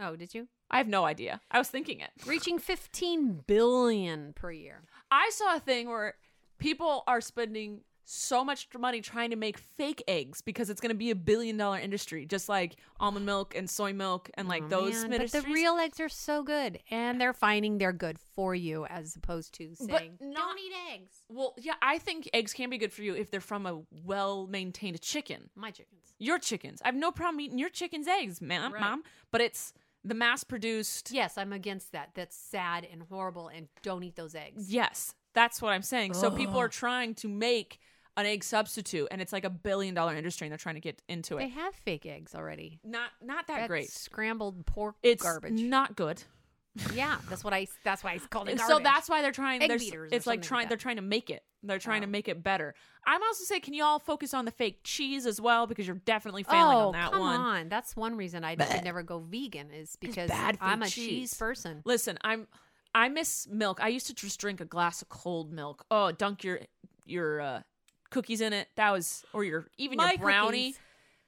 [SPEAKER 1] Oh, did you?
[SPEAKER 2] I have no idea. I was thinking it.
[SPEAKER 1] Reaching 15 billion per year.
[SPEAKER 2] I saw a thing where people are spending so much money trying to make fake eggs because it's going to be a billion dollar industry, just like almond milk and soy milk and like
[SPEAKER 1] Oh,
[SPEAKER 2] those.
[SPEAKER 1] man, but the
[SPEAKER 2] ministries.
[SPEAKER 1] real eggs are so good, and they're finding they're good for you as opposed to saying
[SPEAKER 2] But not-
[SPEAKER 1] don't eat eggs.
[SPEAKER 2] Well, yeah, I think eggs can be good for you if they're from a well maintained chicken.
[SPEAKER 1] My chickens.
[SPEAKER 2] Your chickens. I have no problem eating your chicken's eggs, ma'am,
[SPEAKER 1] Right.
[SPEAKER 2] mom. But it's the mass produced.
[SPEAKER 1] Yes, I'm against that. That's sad and horrible, and don't eat those eggs.
[SPEAKER 2] Yes, that's what I'm saying. So people are trying to make an egg substitute, and it's like a billion dollar industry, and they're trying to get into
[SPEAKER 1] They
[SPEAKER 2] it.
[SPEAKER 1] have fake eggs already.
[SPEAKER 2] Not not that
[SPEAKER 1] That's
[SPEAKER 2] great.
[SPEAKER 1] Scrambled pork
[SPEAKER 2] It's
[SPEAKER 1] garbage.
[SPEAKER 2] not good.
[SPEAKER 1] [laughs] yeah, that's what I. That's why I called it garbage.
[SPEAKER 2] So that's why they're trying.
[SPEAKER 1] Egg
[SPEAKER 2] there's-
[SPEAKER 1] beaters or
[SPEAKER 2] it's
[SPEAKER 1] something
[SPEAKER 2] like
[SPEAKER 1] like
[SPEAKER 2] trying.
[SPEAKER 1] that. Oh.
[SPEAKER 2] they're trying to make it. They're trying to make it better. I'm also saying, can you all focus on the fake cheese as well? Because you're definitely failing
[SPEAKER 1] oh,
[SPEAKER 2] on that
[SPEAKER 1] come
[SPEAKER 2] one.
[SPEAKER 1] on. That's one reason I should never go vegan is because
[SPEAKER 2] bad for
[SPEAKER 1] I'm a
[SPEAKER 2] cheese.
[SPEAKER 1] cheese person.
[SPEAKER 2] Listen, I'm I miss milk. I used to just drink a glass of cold milk. Oh, dunk your your uh, cookies in it. That was or your even
[SPEAKER 1] My
[SPEAKER 2] your brownie.
[SPEAKER 1] cookies.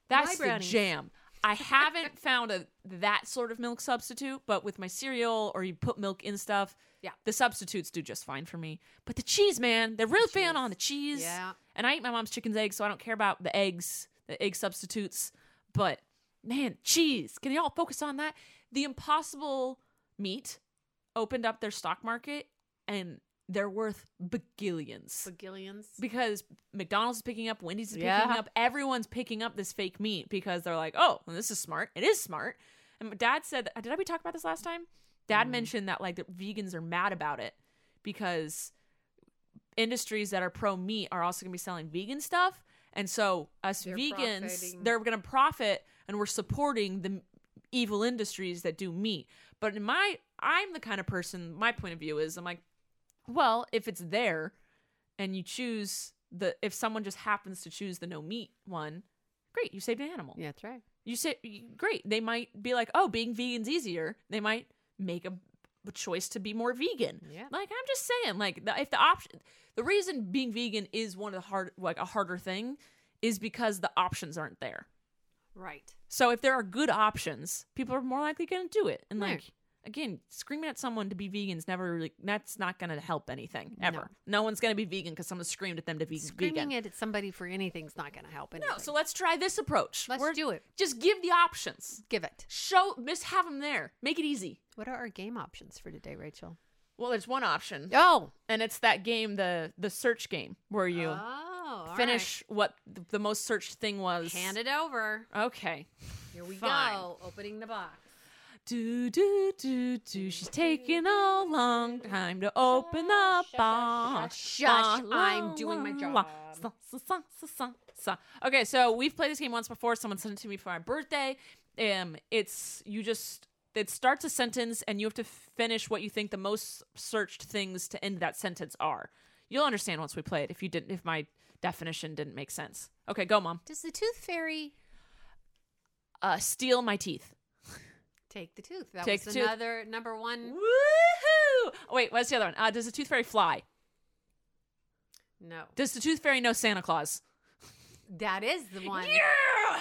[SPEAKER 2] That's
[SPEAKER 1] My
[SPEAKER 2] the
[SPEAKER 1] brownies.
[SPEAKER 2] jam. I haven't [laughs] found a that sort of milk substitute, but with my cereal or you put milk in stuff,
[SPEAKER 1] Yeah.
[SPEAKER 2] the substitutes do just fine for me. But the cheese, man, they're real fan on the cheese.
[SPEAKER 1] Yeah.
[SPEAKER 2] And I eat my mom's chicken's eggs, so I don't care about the eggs, the egg substitutes. But man, cheese. Can y'all focus on that? The Impossible meat opened up their stock market and they're worth bagillions.
[SPEAKER 1] Begillions.
[SPEAKER 2] Because McDonald's is picking up, Wendy's is picking
[SPEAKER 1] Yeah.
[SPEAKER 2] up, everyone's picking up this fake meat because they're like, oh, well, this is smart. It is smart. And my dad said, did I we talk about this last time?
[SPEAKER 1] Mm.
[SPEAKER 2] Dad mentioned that like the vegans are mad about it because industries that are pro meat are also going to be selling vegan stuff. And so us
[SPEAKER 1] They're
[SPEAKER 2] vegans,
[SPEAKER 1] profiting.
[SPEAKER 2] they're going to profit and we're supporting the evil industries that do meat. But in my I'm the kind of person my point of view is I'm like, well, if it's there and you choose the if someone just happens to choose the no meat one, great, you saved an animal.
[SPEAKER 1] Yeah, that's right.
[SPEAKER 2] You say great. They might be like, "Oh, being vegan's easier." They might make a, a choice to be more vegan.
[SPEAKER 1] Yeah.
[SPEAKER 2] Like I'm just saying, like the, if the option, the reason being vegan is one of the hard, like a harder thing, is because the options aren't there.
[SPEAKER 1] Right.
[SPEAKER 2] So if there are good options, people are more likely going to do it. And
[SPEAKER 1] Right.
[SPEAKER 2] like again, screaming at someone to be vegan's never really that's not going to help anything ever. No, one's going to be vegan because someone screamed at them to be
[SPEAKER 1] Screaming
[SPEAKER 2] vegan.
[SPEAKER 1] it at somebody for anything's not going to help. Anything.
[SPEAKER 2] no, so let's try this approach.
[SPEAKER 1] Let's do it.
[SPEAKER 2] Just give the options.
[SPEAKER 1] give it.
[SPEAKER 2] Show miss have them there. Make it easy.
[SPEAKER 1] What are our game options for today, Rachel?
[SPEAKER 2] Well, there's one option,
[SPEAKER 1] Oh,
[SPEAKER 2] and it's that game the the search game where you
[SPEAKER 1] oh,
[SPEAKER 2] finish what th- the most searched thing was.
[SPEAKER 1] Hand it over.
[SPEAKER 2] Okay.
[SPEAKER 1] Here we
[SPEAKER 2] Fine.
[SPEAKER 1] go. Opening the box.
[SPEAKER 2] Do do do do. She's taking a long time to open the box.
[SPEAKER 1] Shush, I'm doing my
[SPEAKER 2] La, la,
[SPEAKER 1] job.
[SPEAKER 2] la. Sa, sa, sa, sa, sa. Okay, so we've played this game once before. Someone sent it to me for my birthday. Um, it's you just It starts a sentence, and you have to finish what you think the most searched things to end that sentence are. You'll understand once we play it if you didn't if my definition didn't make sense. Okay, go, mom.
[SPEAKER 1] Does the tooth fairy
[SPEAKER 2] Uh, steal my teeth.
[SPEAKER 1] take the tooth? That
[SPEAKER 2] Take the
[SPEAKER 1] was
[SPEAKER 2] tooth.
[SPEAKER 1] another number one.
[SPEAKER 2] Woohoo! Oh, wait, what's the other one? Uh, does the tooth fairy fly?
[SPEAKER 1] No,
[SPEAKER 2] Does the tooth fairy know Santa Claus?
[SPEAKER 1] that is the one.
[SPEAKER 2] Yeah!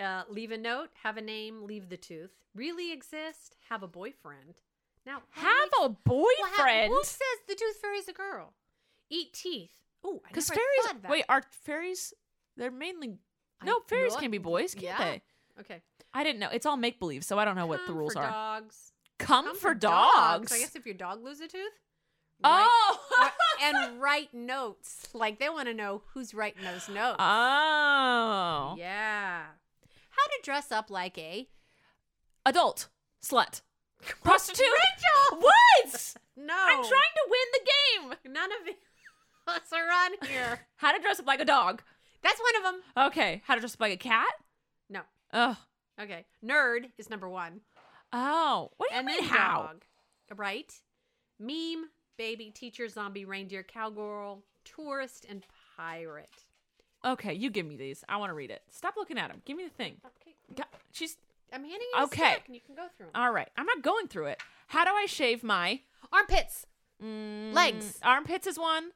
[SPEAKER 1] Uh, leave a note, have a name, leave the tooth. Really exist, have a boyfriend. Now what
[SPEAKER 2] Have
[SPEAKER 1] makes-
[SPEAKER 2] a
[SPEAKER 1] Well, ha-
[SPEAKER 2] boyfriend.
[SPEAKER 1] who says the tooth fairy's a girl? Eat teeth. Oh, I never
[SPEAKER 2] Because
[SPEAKER 1] fairies, thought
[SPEAKER 2] fairies,
[SPEAKER 1] of that.
[SPEAKER 2] wait, are fairies? They're mainly
[SPEAKER 1] I-
[SPEAKER 2] no fairies
[SPEAKER 1] no,
[SPEAKER 2] can be boys, can't
[SPEAKER 1] yeah.
[SPEAKER 2] they?
[SPEAKER 1] Okay.
[SPEAKER 2] I didn't know. It's all make believe, so I don't know what the
[SPEAKER 1] Come
[SPEAKER 2] rules
[SPEAKER 1] for
[SPEAKER 2] are.
[SPEAKER 1] Dogs.
[SPEAKER 2] Come,
[SPEAKER 1] Come
[SPEAKER 2] for dogs.
[SPEAKER 1] I guess if your dog loses a
[SPEAKER 2] [laughs]
[SPEAKER 1] tooth. write-
[SPEAKER 2] oh,
[SPEAKER 1] and [laughs] write notes. Like they want to know who's writing those notes.
[SPEAKER 2] [laughs] oh,
[SPEAKER 1] yeah. How to dress up like a
[SPEAKER 2] adult slut, prostitute. Rachel, what?
[SPEAKER 1] [laughs] no.
[SPEAKER 2] I'm trying to win the game.
[SPEAKER 1] None of [laughs] us are on
[SPEAKER 2] [laughs]
[SPEAKER 1] here.
[SPEAKER 2] How to dress up like a dog?
[SPEAKER 1] That's one of them.
[SPEAKER 2] Okay. How to dress up like a cat?
[SPEAKER 1] No.
[SPEAKER 2] Oh,
[SPEAKER 1] Okay. Nerd is number one.
[SPEAKER 2] oh. What do you
[SPEAKER 1] and
[SPEAKER 2] mean
[SPEAKER 1] then
[SPEAKER 2] how?
[SPEAKER 1] dog. Right? Meme, baby, teacher, zombie, reindeer, cowgirl, tourist, and pirate.
[SPEAKER 2] Okay, you give me these. I want to read it. Stop looking at them. Give me the thing.
[SPEAKER 1] Okay.
[SPEAKER 2] God, She's
[SPEAKER 1] I'm handing you
[SPEAKER 2] Okay.
[SPEAKER 1] a stick and you can go through 'em.
[SPEAKER 2] all right. I'm not going through it. How do I shave my
[SPEAKER 1] Armpits. Legs.
[SPEAKER 2] armpits? Is one. Mm,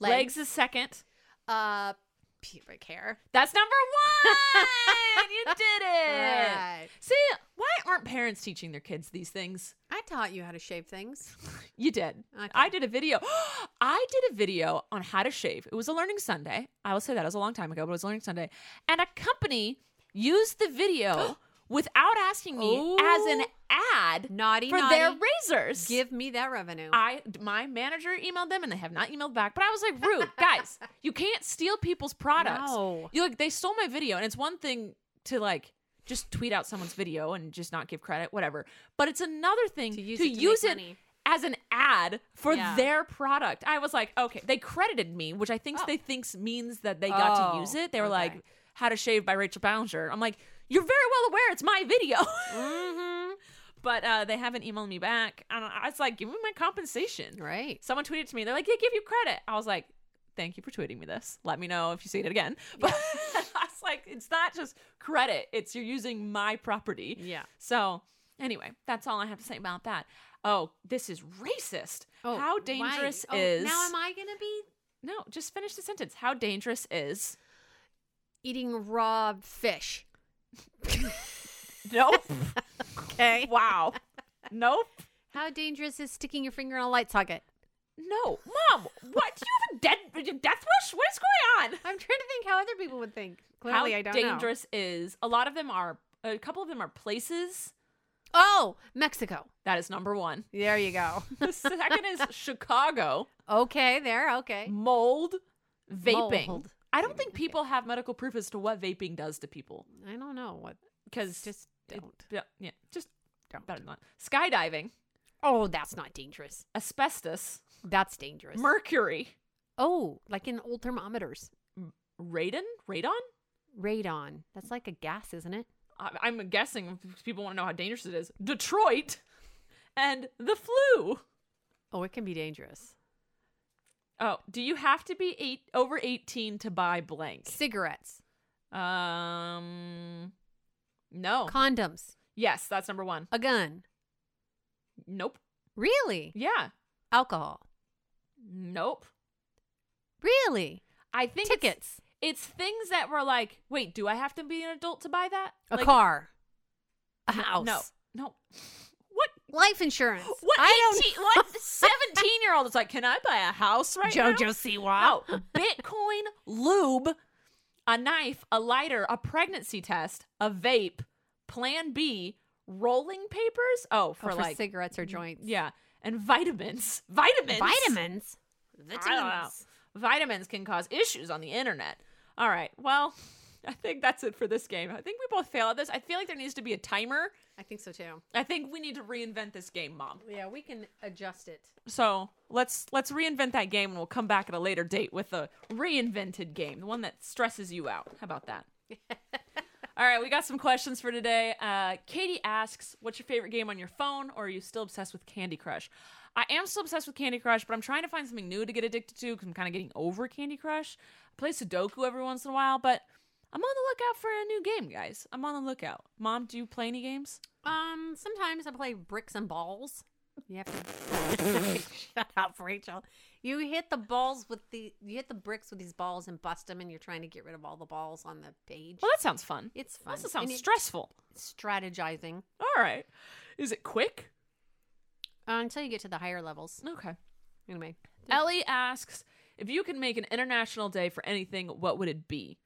[SPEAKER 2] Legs,
[SPEAKER 1] Mm. Legs.
[SPEAKER 2] is second.
[SPEAKER 1] Uh pubic hair.
[SPEAKER 2] That's number
[SPEAKER 1] [laughs]
[SPEAKER 2] one. you did it.
[SPEAKER 1] Right.
[SPEAKER 2] See, why aren't parents teaching their kids these things?
[SPEAKER 1] I taught you how to shave
[SPEAKER 2] [laughs]
[SPEAKER 1] things.
[SPEAKER 2] You did.
[SPEAKER 1] Okay.
[SPEAKER 2] I did a video. [gasps] I did a video on how to shave. It was a learning Sunday. I will say that it was a long time ago, but it was a learning Sunday. And a company used the
[SPEAKER 1] [gasps]
[SPEAKER 2] video without asking me
[SPEAKER 1] Ooh.
[SPEAKER 2] as an ad
[SPEAKER 1] Naughty,
[SPEAKER 2] for
[SPEAKER 1] naughty.
[SPEAKER 2] their razors.
[SPEAKER 1] Give me that revenue.
[SPEAKER 2] I my manager emailed them and they have not emailed back. But I was like, rude
[SPEAKER 1] [laughs]
[SPEAKER 2] guys, you can't steal people's products.
[SPEAKER 1] No.
[SPEAKER 2] You like they stole my video, and it's one thing to like just tweet out someone's video and just not give credit, whatever. But it's another thing to
[SPEAKER 1] use
[SPEAKER 2] use it,
[SPEAKER 1] it to make money.
[SPEAKER 2] as an ad for
[SPEAKER 1] Yeah.
[SPEAKER 2] their product. I was like, okay, they credited me, which I think they thinks means that they got to
[SPEAKER 1] Oh,
[SPEAKER 2] use it. They were
[SPEAKER 1] okay.
[SPEAKER 2] like, "How to Shave" by Rachel Ballinger. I'm like, you're very well aware it's my video. [laughs]
[SPEAKER 1] Mm.
[SPEAKER 2] But uh, they haven't emailed me back. And I was like, give me my compensation.
[SPEAKER 1] right.
[SPEAKER 2] Someone tweeted to me. They're like, "They give you credit." I was like, "Thank you for tweeting me this. Let me know if you see it again." [laughs] But I was like, "It's not just credit. It's you're using my property."
[SPEAKER 1] Yeah.
[SPEAKER 2] So anyway, that's all I have to say about that. Oh, this is racist. How
[SPEAKER 1] Oh, why?
[SPEAKER 2] dangerous
[SPEAKER 1] Oh,
[SPEAKER 2] is?
[SPEAKER 1] Now am I going to be
[SPEAKER 2] no, just finish the sentence. How dangerous
[SPEAKER 1] [laughs]
[SPEAKER 2] is?
[SPEAKER 1] eating raw fish?
[SPEAKER 2] [laughs] Nope.
[SPEAKER 1] Okay. [laughs]
[SPEAKER 2] wow. Nope.
[SPEAKER 1] How dangerous is sticking your finger in a light socket?
[SPEAKER 2] No, mom. What? Do you have a dead death wish? What is going on?
[SPEAKER 1] I'm trying to think how other people would think. Clearly,
[SPEAKER 2] How
[SPEAKER 1] I don't know.
[SPEAKER 2] dangerous is? A lot of them are. A couple of them are places.
[SPEAKER 1] Oh, Mexico.
[SPEAKER 2] That is number one.
[SPEAKER 1] There you
[SPEAKER 2] [laughs]
[SPEAKER 1] go. [laughs]
[SPEAKER 2] The second is Chicago
[SPEAKER 1] okay, there. Okay.
[SPEAKER 2] mold vaping.
[SPEAKER 1] Eh? Mold.
[SPEAKER 2] I don't think people have medical proof as to what vaping does to people
[SPEAKER 1] I don't know what.
[SPEAKER 2] because
[SPEAKER 1] Just don't.
[SPEAKER 2] yeah, yeah, just
[SPEAKER 1] Don't.
[SPEAKER 2] better not skydiving,
[SPEAKER 1] Oh, that's not dangerous.
[SPEAKER 2] asbestos,
[SPEAKER 1] That's dangerous.
[SPEAKER 2] mercury,
[SPEAKER 1] oh, like in old thermometers.
[SPEAKER 2] radon, radon.
[SPEAKER 1] Radon. That's like a gas, isn't it?
[SPEAKER 2] I- I'm guessing if people want to know how dangerous it is. Detroit and the flu.
[SPEAKER 1] Oh, it can be dangerous.
[SPEAKER 2] Oh, do you have to be eight over eighteen to buy blank?
[SPEAKER 1] Cigarettes. Oh.
[SPEAKER 2] Um, no.
[SPEAKER 1] Condoms.
[SPEAKER 2] yes, that's number one.
[SPEAKER 1] A gun.
[SPEAKER 2] Nope.
[SPEAKER 1] Really?
[SPEAKER 2] Yeah.
[SPEAKER 1] Alcohol.
[SPEAKER 2] Nope.
[SPEAKER 1] Really?
[SPEAKER 2] I think it's-
[SPEAKER 1] Tickets.
[SPEAKER 2] It's, things that were like, wait, do I have to be an adult to buy that?
[SPEAKER 1] A
[SPEAKER 2] Like,
[SPEAKER 1] car. A
[SPEAKER 2] no,
[SPEAKER 1] house.
[SPEAKER 2] No, no. What?
[SPEAKER 1] Life [gasps] insurance.
[SPEAKER 2] What?
[SPEAKER 1] I don't [laughs]
[SPEAKER 2] 18, What? Seventeen-year-old is like, can I buy a house right now?
[SPEAKER 1] JoJo Siwa.
[SPEAKER 2] No. Bitcoin, lube, a knife, a lighter, a pregnancy test, a vape, Plan B, rolling papers. Oh, for,
[SPEAKER 1] for,
[SPEAKER 2] like,
[SPEAKER 1] cigarettes or joints.
[SPEAKER 2] yeah, and vitamins. [laughs] Vitamins.
[SPEAKER 1] Vitamins.
[SPEAKER 2] I don't know. Vitamins can cause issues on the internet. All right. Well, [laughs] I think that's it for this game. I think we both fail at this. I feel like there needs to be a timer.
[SPEAKER 1] I think so too.
[SPEAKER 2] I think we need to reinvent this game, mom.
[SPEAKER 1] Yeah, we can adjust it.
[SPEAKER 2] So let's let's reinvent that game, and we'll come back at
[SPEAKER 1] [laughs]
[SPEAKER 2] a later date with a reinvented game, the one that stresses you out. How about that? All right, we got some questions for today. Uh, Katie asks, "What's your favorite game on your phone, or are you still obsessed with Candy Crush?" I am still obsessed with Candy Crush, but I'm trying to find something new to get addicted to because I'm kind of getting over Candy Crush. I play Sudoku every once in a while, but I'm on the lookout for a new game, guys. I'm on the lookout. Mom, do you play any games?
[SPEAKER 1] Um, sometimes I play bricks and balls. You have to [laughs] shut up, Rachel. You hit the balls with the you hit the bricks with these balls and bust them, and you're trying to get rid of all the balls on the page.
[SPEAKER 2] Well, that sounds fun.
[SPEAKER 1] It's fun.
[SPEAKER 2] That also sounds
[SPEAKER 1] And it-
[SPEAKER 2] stressful.
[SPEAKER 1] strategizing
[SPEAKER 2] All right, is it quick?
[SPEAKER 1] uh, until you get to the higher levels.
[SPEAKER 2] Okay. [laughs]
[SPEAKER 1] Anyway,
[SPEAKER 2] Ellie asks, if you could make an international day for anything, what would it be?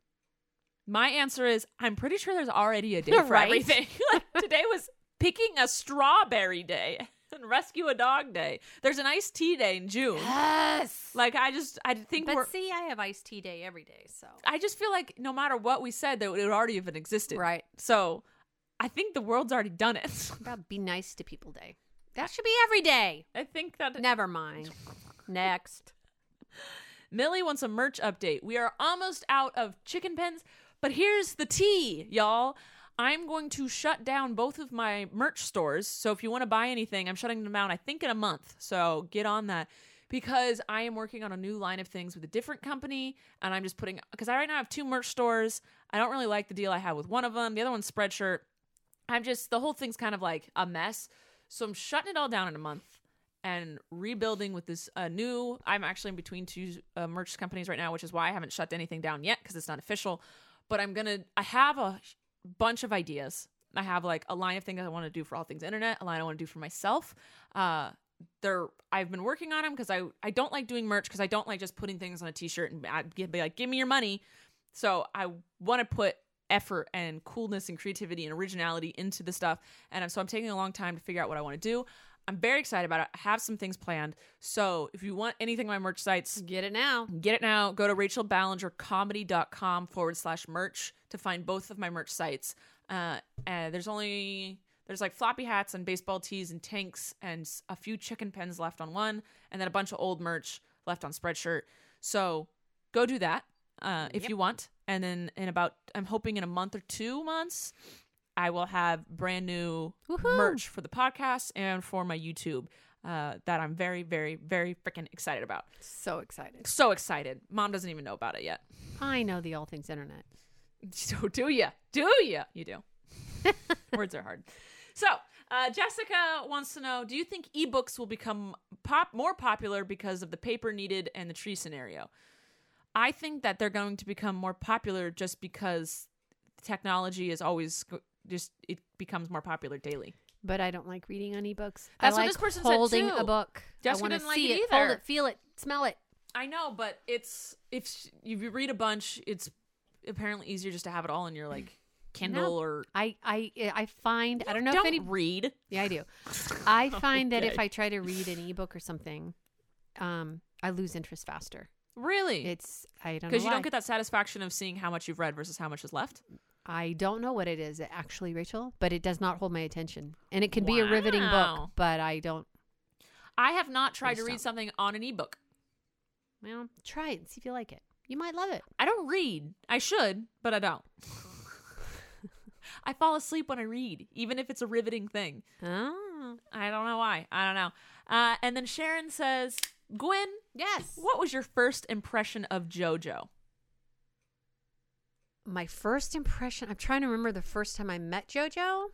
[SPEAKER 2] My answer is, I'm pretty sure there's
[SPEAKER 1] [laughs]
[SPEAKER 2] already a day for
[SPEAKER 1] Right.
[SPEAKER 2] everything. [laughs] Like, today was picking a strawberry day [laughs] and rescue a dog day. There's an iced tea day in June.
[SPEAKER 1] yes.
[SPEAKER 2] Like I just, I think we're.
[SPEAKER 1] But see, I have iced tea day every day, so
[SPEAKER 2] I just feel like no matter what we said, that it would already have existed.
[SPEAKER 1] Right.
[SPEAKER 2] So, I think the world's already done it. [laughs]
[SPEAKER 1] What about be nice to people day. That should be every day.
[SPEAKER 2] I think that
[SPEAKER 1] Never
[SPEAKER 2] [laughs]
[SPEAKER 1] mind. Next.
[SPEAKER 2] Millie wants a merch update. We are almost out of chicken pens, but here's the tea, y'all. I'm going to shut down both of my merch stores. So if you want to buy anything, I'm shutting them down, I think, in a month. So get on that because I am working on a new line of things with a different company. And I'm just putting, because I right now have two merch stores. I don't really like the deal I had with one of them, the other one's Spreadshirt. I'm just, the whole thing's kind of like a mess. So I'm shutting it all down in a month and rebuilding with this uh, new. I'm actually in between two uh, merch companies right now, which is why I haven't shut anything down yet because it's not official. But I'm gonna. I have a sh- bunch of ideas. I have like a line of things I want to do for all things internet, a line I want to do for myself. Uh, they're I've been working on them because I I don't like doing merch because I don't like just putting things on a T-shirt and I'd be like, give me your money. So I want to put effort and coolness and creativity and originality into the stuff. And I'm- so I'm taking a long time to figure out what I want to do. I'm very excited about it. I have some things planned. So if you want anything on my merch sites,
[SPEAKER 1] Get it now.
[SPEAKER 2] get it now. Go to rachelballingercomedy.com forward slash merch to find both of my merch sites. Uh, and there's only there's like floppy hats and baseball tees and tanks and s- a few chicken pens left on one, and then a bunch of old merch left on Spreadshirt. So go do that uh, if you want. And then in about I'm hoping in a month or two months, I will have brand new
[SPEAKER 1] Woohoo.
[SPEAKER 2] merch for the podcast and for my YouTube. Uh, that I'm very, very, very freaking excited about.
[SPEAKER 1] So excited.
[SPEAKER 2] So excited. Mom doesn't even know about it yet. [laughs]
[SPEAKER 1] I know the all things internet.
[SPEAKER 2] So do you? Do you? You [laughs] do. Words are hard. So uh, Jessica wants to know: Do you think ebooks will become pop more popular because of the paper needed and the tree scenario? I think that they're going to become more popular just because technology is always go- just it becomes more popular daily.
[SPEAKER 1] But I don't like reading on ebooks.
[SPEAKER 2] That's
[SPEAKER 1] I
[SPEAKER 2] what
[SPEAKER 1] like
[SPEAKER 2] this person said,
[SPEAKER 1] holding
[SPEAKER 2] too.
[SPEAKER 1] a book. I
[SPEAKER 2] Jessica
[SPEAKER 1] want to
[SPEAKER 2] didn't like
[SPEAKER 1] see
[SPEAKER 2] it
[SPEAKER 1] it, hold
[SPEAKER 2] either.
[SPEAKER 1] it, feel it, smell it.
[SPEAKER 2] I know, but it's if sh- if you read a bunch, it's apparently easier just to have it all in your [clears throat] like Kindle or
[SPEAKER 1] I I eh, I find I don't know if
[SPEAKER 2] don't
[SPEAKER 1] any
[SPEAKER 2] read.
[SPEAKER 1] Yeah, I do. I
[SPEAKER 2] [laughs]
[SPEAKER 1] find that if I try to read an ebook or something, um, I lose interest faster.
[SPEAKER 2] Really?
[SPEAKER 1] It's I don't know
[SPEAKER 2] Because you
[SPEAKER 1] why.
[SPEAKER 2] don't get that satisfaction of seeing how much you've read versus how much is left.
[SPEAKER 1] I don't know what it is actually, Rachel, but it does not hold my attention, and it can be a riveting book,
[SPEAKER 2] Wow.
[SPEAKER 1] but I don't.
[SPEAKER 2] I have not tried to
[SPEAKER 1] Please
[SPEAKER 2] read
[SPEAKER 1] don't.
[SPEAKER 2] something on an ebook.
[SPEAKER 1] Well, try it and see if you like it. You might love it.
[SPEAKER 2] I don't read. I should, but I don't. I fall asleep when I read, even if it's a riveting thing.
[SPEAKER 1] Oh,
[SPEAKER 2] I don't know why. I don't know. Uh, and then Sharon says, Gwen,
[SPEAKER 1] yes.
[SPEAKER 2] what was your first impression of JoJo?
[SPEAKER 1] My first impression. I'm trying to remember the first time I met JoJo. [laughs]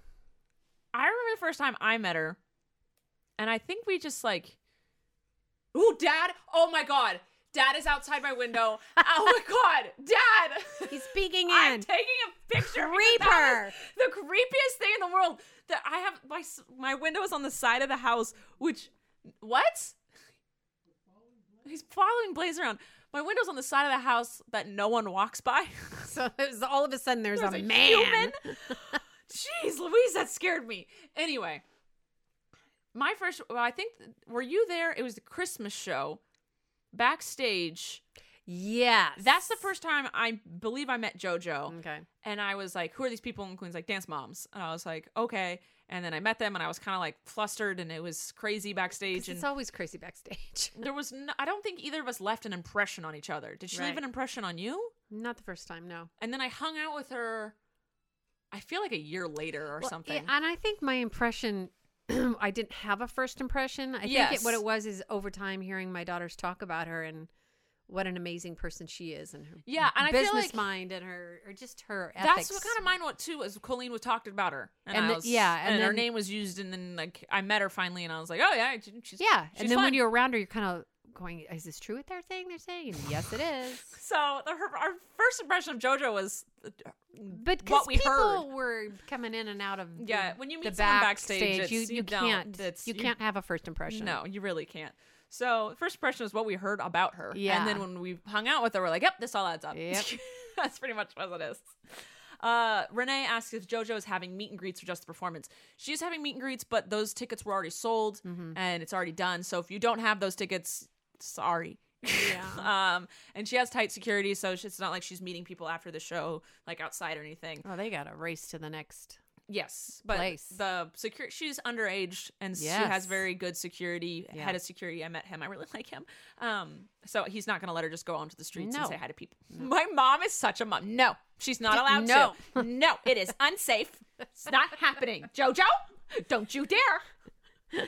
[SPEAKER 2] I remember the first time I met her, and I think we just like, oh, dad, oh my god, dad is outside my [laughs] window. oh my god, dad,
[SPEAKER 1] He's peeking
[SPEAKER 2] I'm
[SPEAKER 1] in.
[SPEAKER 2] taking a picture. because that
[SPEAKER 1] Creeper.
[SPEAKER 2] was the creepiest thing in the world. That I have my s- my window is on the side of the house, which what? He's following Blaze around. My window's on the side of the house that no one walks by. [laughs]
[SPEAKER 1] So it was all of a sudden there's,
[SPEAKER 2] There's
[SPEAKER 1] a,
[SPEAKER 2] a
[SPEAKER 1] man.
[SPEAKER 2] human? [laughs] Jeez, Louise, that scared me. Anyway, my first, well, I think, were you there? It was the Christmas show backstage.
[SPEAKER 1] Yes. Mm.
[SPEAKER 2] That's the first time I believe I met JoJo.
[SPEAKER 1] Okay.
[SPEAKER 2] And I was like, who are these people? And Queen's like, dance moms. And I was like, okay. And then I met them and I was kind of like flustered and it was crazy
[SPEAKER 1] 'Cause
[SPEAKER 2] backstage. And
[SPEAKER 1] It's always crazy backstage. [laughs]
[SPEAKER 2] there was, no, I don't think either of us left an impression on each other. Did she leave
[SPEAKER 1] Right.
[SPEAKER 2] an impression on you?
[SPEAKER 1] Not the first time, no.
[SPEAKER 2] And then I hung out with her I feel like a year later or
[SPEAKER 1] Well,
[SPEAKER 2] something.
[SPEAKER 1] yeah, and I think my impression, [clears throat] I didn't have a first impression. I think
[SPEAKER 2] Yes.
[SPEAKER 1] it, what it was is over time hearing my daughters talk about her and what an amazing person she is and her
[SPEAKER 2] Yeah, and I feel
[SPEAKER 1] business
[SPEAKER 2] like-
[SPEAKER 1] mind and her or just her ethics.
[SPEAKER 2] That's what kind of mine was too. Was Colleen was talked about her, and,
[SPEAKER 1] And
[SPEAKER 2] I
[SPEAKER 1] the-
[SPEAKER 2] was,
[SPEAKER 1] yeah,
[SPEAKER 2] and,
[SPEAKER 1] and
[SPEAKER 2] her
[SPEAKER 1] then-
[SPEAKER 2] name was used, and then like I met her finally, and I was like, oh yeah, she- she's
[SPEAKER 1] yeah.
[SPEAKER 2] she's
[SPEAKER 1] And then
[SPEAKER 2] fun.
[SPEAKER 1] when you're around her, you're kind of going, "Is this true what they're saying? They're saying And yes, it is."
[SPEAKER 2] so the, her, our first impression of JoJo was
[SPEAKER 1] But
[SPEAKER 2] what
[SPEAKER 1] because
[SPEAKER 2] we
[SPEAKER 1] people
[SPEAKER 2] heard.
[SPEAKER 1] were coming in and out of the-
[SPEAKER 2] Yeah, when you
[SPEAKER 1] the
[SPEAKER 2] meet someone
[SPEAKER 1] backstage,
[SPEAKER 2] backstage,
[SPEAKER 1] you,
[SPEAKER 2] it's-
[SPEAKER 1] you,
[SPEAKER 2] you don't-
[SPEAKER 1] can't
[SPEAKER 2] that's-
[SPEAKER 1] you
[SPEAKER 2] you-
[SPEAKER 1] can't have a first impression.
[SPEAKER 2] No, you really can't. So first impression was what we heard about her.
[SPEAKER 1] Yeah.
[SPEAKER 2] And then when we hung out with her, we're like, yep, this all adds up.
[SPEAKER 1] Yep.
[SPEAKER 2] [laughs] That's pretty much what it is. Uh, Renee asks if JoJo is having meet and greets or just the performance. She's having meet and greets, but those tickets were already sold
[SPEAKER 1] Mm-hmm.
[SPEAKER 2] and it's already done. So if you don't have those tickets, sorry. Yeah. [laughs] um, and she has tight security, so it's not like she's meeting people after the show, like outside or anything.
[SPEAKER 1] Oh, they got a race to the next.
[SPEAKER 2] Yes, but
[SPEAKER 1] place.
[SPEAKER 2] the security she's underage and she has
[SPEAKER 1] Yes.
[SPEAKER 2] very good security.
[SPEAKER 1] Yeah.
[SPEAKER 2] Head of security, I met him. I really [laughs] like him. Um, so he's not going to let her just go onto the streets and
[SPEAKER 1] No.
[SPEAKER 2] say hi to people. My mom is such a mom. No, she's not allowed
[SPEAKER 1] [laughs]
[SPEAKER 2] to. No, it is unsafe. It's not happening. Jojo, don't you dare.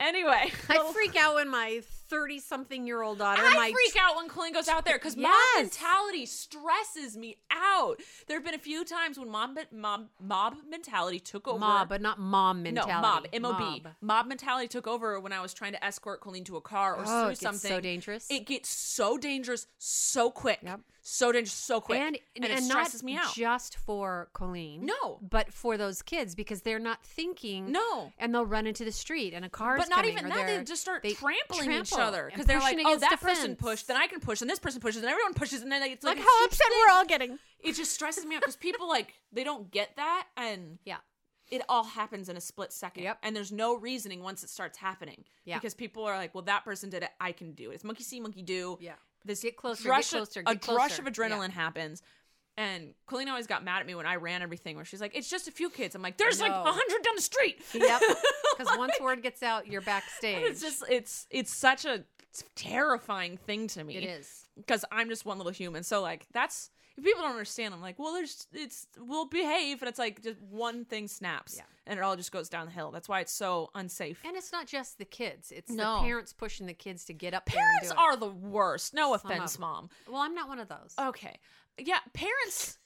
[SPEAKER 2] Anyway, [laughs]
[SPEAKER 1] I freak out when my thirty-something-year-old daughter.
[SPEAKER 2] I
[SPEAKER 1] my
[SPEAKER 2] freak out when Colleen goes out there because mob
[SPEAKER 1] Yes.
[SPEAKER 2] mentality stresses me out. There have been a few times when mob mob mob mentality took over.
[SPEAKER 1] mob, but not mom mentality.
[SPEAKER 2] No, mob, M O B. Mob mentality took over when I was trying to escort Colleen to a car or
[SPEAKER 1] Oh,
[SPEAKER 2] through
[SPEAKER 1] it gets so
[SPEAKER 2] something.
[SPEAKER 1] dangerous.
[SPEAKER 2] It gets so dangerous so quick.
[SPEAKER 1] Yep.
[SPEAKER 2] So dangerous so quick.
[SPEAKER 1] And, and,
[SPEAKER 2] it
[SPEAKER 1] not
[SPEAKER 2] stresses me out.
[SPEAKER 1] just for Colleen.
[SPEAKER 2] No.
[SPEAKER 1] But for those kids because they're not thinking.
[SPEAKER 2] No.
[SPEAKER 1] And they'll run into the street and a car
[SPEAKER 2] but not even that. They just start trampling each other because they're like, "Oh, that person pushed, then I can push, and this person pushes, and everyone pushes, and then it's like,
[SPEAKER 1] Look
[SPEAKER 2] a
[SPEAKER 1] how
[SPEAKER 2] huge
[SPEAKER 1] upset
[SPEAKER 2] thing.
[SPEAKER 1] we're all getting.
[SPEAKER 2] It just stresses me out because people like they don't get that, and
[SPEAKER 1] Yeah.
[SPEAKER 2] it all happens in a split second.
[SPEAKER 1] Yep.
[SPEAKER 2] And there's no reasoning once it starts happening.
[SPEAKER 1] Yeah.
[SPEAKER 2] Because people are like, well, that person did it. I can do it. It's monkey see, monkey do.
[SPEAKER 1] Yeah.
[SPEAKER 2] This
[SPEAKER 1] Get closer, get
[SPEAKER 2] Rush,
[SPEAKER 1] closer,
[SPEAKER 2] a
[SPEAKER 1] get
[SPEAKER 2] rush
[SPEAKER 1] closer.
[SPEAKER 2] of
[SPEAKER 1] Yeah.
[SPEAKER 2] adrenaline happens. And Colleen always got mad at me when I ran everything, where she's like, it's just a few kids. I'm like, there's like a
[SPEAKER 1] know.
[SPEAKER 2] 100 down the street.
[SPEAKER 1] Yep. [laughs] Because once word gets out, you're backstage.
[SPEAKER 2] [laughs] it's just, it's, it's such a terrifying thing to me
[SPEAKER 1] It is.
[SPEAKER 2] because I'm just one little human. So like that's if people don't understand, I'm like, well, there's it's we'll behave, and it's like just one thing snaps,
[SPEAKER 1] Yeah.
[SPEAKER 2] and it all just goes downhill. That's why it's so unsafe.
[SPEAKER 1] And it's not just the kids. It's
[SPEAKER 2] No.
[SPEAKER 1] the parents pushing the kids to get up
[SPEAKER 2] parents
[SPEAKER 1] there and do
[SPEAKER 2] are Oh, the worst. No
[SPEAKER 1] of
[SPEAKER 2] offense,
[SPEAKER 1] them.
[SPEAKER 2] mom.
[SPEAKER 1] It. Well, I'm not one of those.
[SPEAKER 2] Okay, yeah,
[SPEAKER 1] [laughs]
[SPEAKER 2] parents,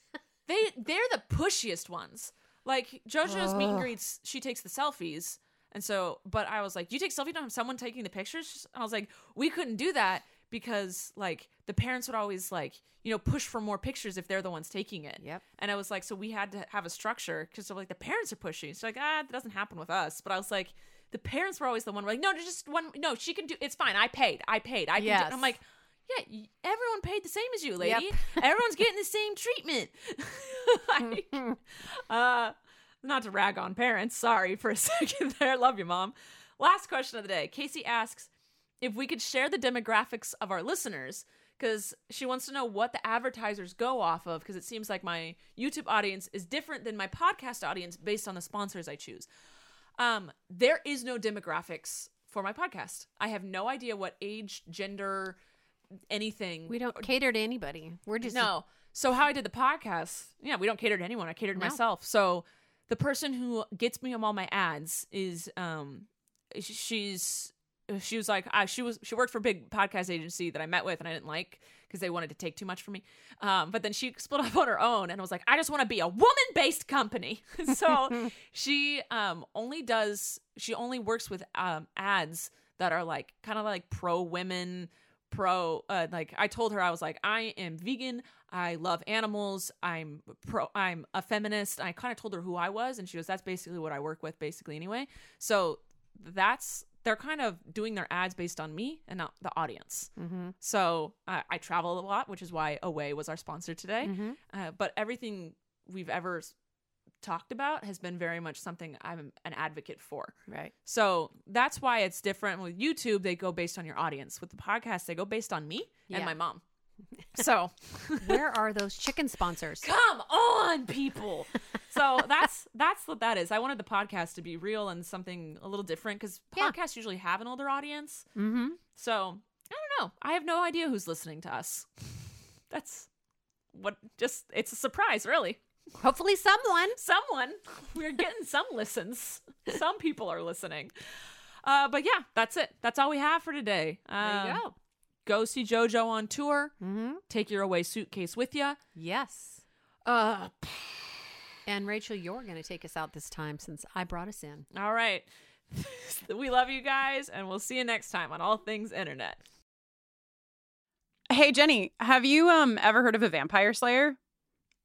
[SPEAKER 2] they they're the pushiest ones. Like JoJo's meet and greets, she takes the selfies. And so, but I was like, "You take selfie, you don't have someone taking the pictures." And I was like, "We couldn't do that because, like, the parents would always like, you know, push for more pictures if they're the ones taking it."
[SPEAKER 1] Yep.
[SPEAKER 2] And I was like, so we had to have a structure because like the parents are pushing. So like, ah, that doesn't happen with us. But I was like, the parents were always the one. We're like, no, there's just one. No, she can do. It's fine. I paid. I paid. I can. Do,
[SPEAKER 1] Yes.
[SPEAKER 2] and I'm like, yeah, y- everyone paid the same as you, lady.
[SPEAKER 1] Yep.
[SPEAKER 2] Everyone's getting the same treatment. [laughs] Like, uh, not to rag on parents. Sorry for a [laughs] second there. Love you, mom. Last question of the day. Casey asks if we could share the demographics of our listeners because she wants to know what the advertisers go off of because it seems like my YouTube audience is different than my podcast audience based on the sponsors I choose. Um, there is no demographics for my podcast. I have no idea what age, gender, anything.
[SPEAKER 1] We don't cater to anybody. We're just
[SPEAKER 2] No. So how I did the podcast, yeah, we don't cater to anyone. I catered to
[SPEAKER 1] No.
[SPEAKER 2] myself. So the person who gets me on all my ads is um sh- she's she was like I, she was she worked for a big podcast agency that I met with and I didn't like because they wanted to take too much from me. Um, but then she [laughs] split up on her own and was like, I just want to be a woman based company. [laughs]
[SPEAKER 1] [laughs]
[SPEAKER 2] so she um only does she only works with um ads that are like kind of like pro women pro uh, like i told her i was like i am vegan i love animals i'm pro i'm a feminist i kind of told her who i was and she goes that's basically what i work with basically anyway so that's they're kind of doing their ads based on me and not the audience so I i travel a lot which is why away was our sponsor today uh, but everything we've ever s- talked about has been very much something i'm an advocate for [laughs]
[SPEAKER 1] right.
[SPEAKER 2] so that's why it's different with YouTube. They go based on your audience. With the podcast, they go based on me and
[SPEAKER 1] Yeah.
[SPEAKER 2] my mom. So
[SPEAKER 1] Where are those chicken sponsors?
[SPEAKER 2] come on, people. [laughs] So that's that's what that is. I wanted the podcast to be real and something a little different because
[SPEAKER 1] Yeah.
[SPEAKER 2] podcasts usually have an older audience.
[SPEAKER 1] Mm-hmm.
[SPEAKER 2] So I don't know. I have [laughs] no idea who's listening to us. That's what just it's a surprise, really.
[SPEAKER 1] Hopefully, someone.
[SPEAKER 2] Someone, [laughs] we're getting some listens. Some people are listening. Uh, but yeah, that's it. That's all we have for today.
[SPEAKER 1] There you
[SPEAKER 2] Um,
[SPEAKER 1] go.
[SPEAKER 2] Go see JoJo on tour.
[SPEAKER 1] Mm-hmm.
[SPEAKER 2] Take your away suitcase with you.
[SPEAKER 1] Yes.
[SPEAKER 2] Uh,
[SPEAKER 1] And Rachel, you're going to take us out this time since I brought us in.
[SPEAKER 2] all right. [laughs] we love you guys, and we'll see you next time on All Things Internet.
[SPEAKER 4] Hey Jenny, have you um ever heard of a vampire slayer?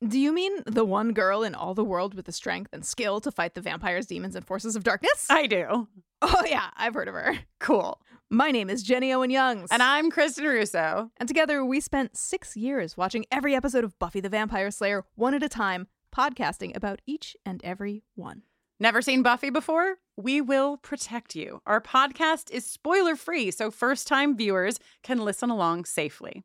[SPEAKER 5] Do you mean the one girl in all the world with the strength and skill to fight the vampires, demons, and forces of darkness?
[SPEAKER 4] I do.
[SPEAKER 5] [laughs] oh, yeah, I've heard of her.
[SPEAKER 4] Cool.
[SPEAKER 5] My name is Jenny Owen Youngs.
[SPEAKER 4] And I'm Kristen Russo.
[SPEAKER 5] And together we spent six years watching every episode of Buffy the Vampire Slayer one at a time, podcasting about each and every one.
[SPEAKER 4] Never seen Buffy before? We will protect you. Our podcast is spoiler free, so first time viewers can listen along safely.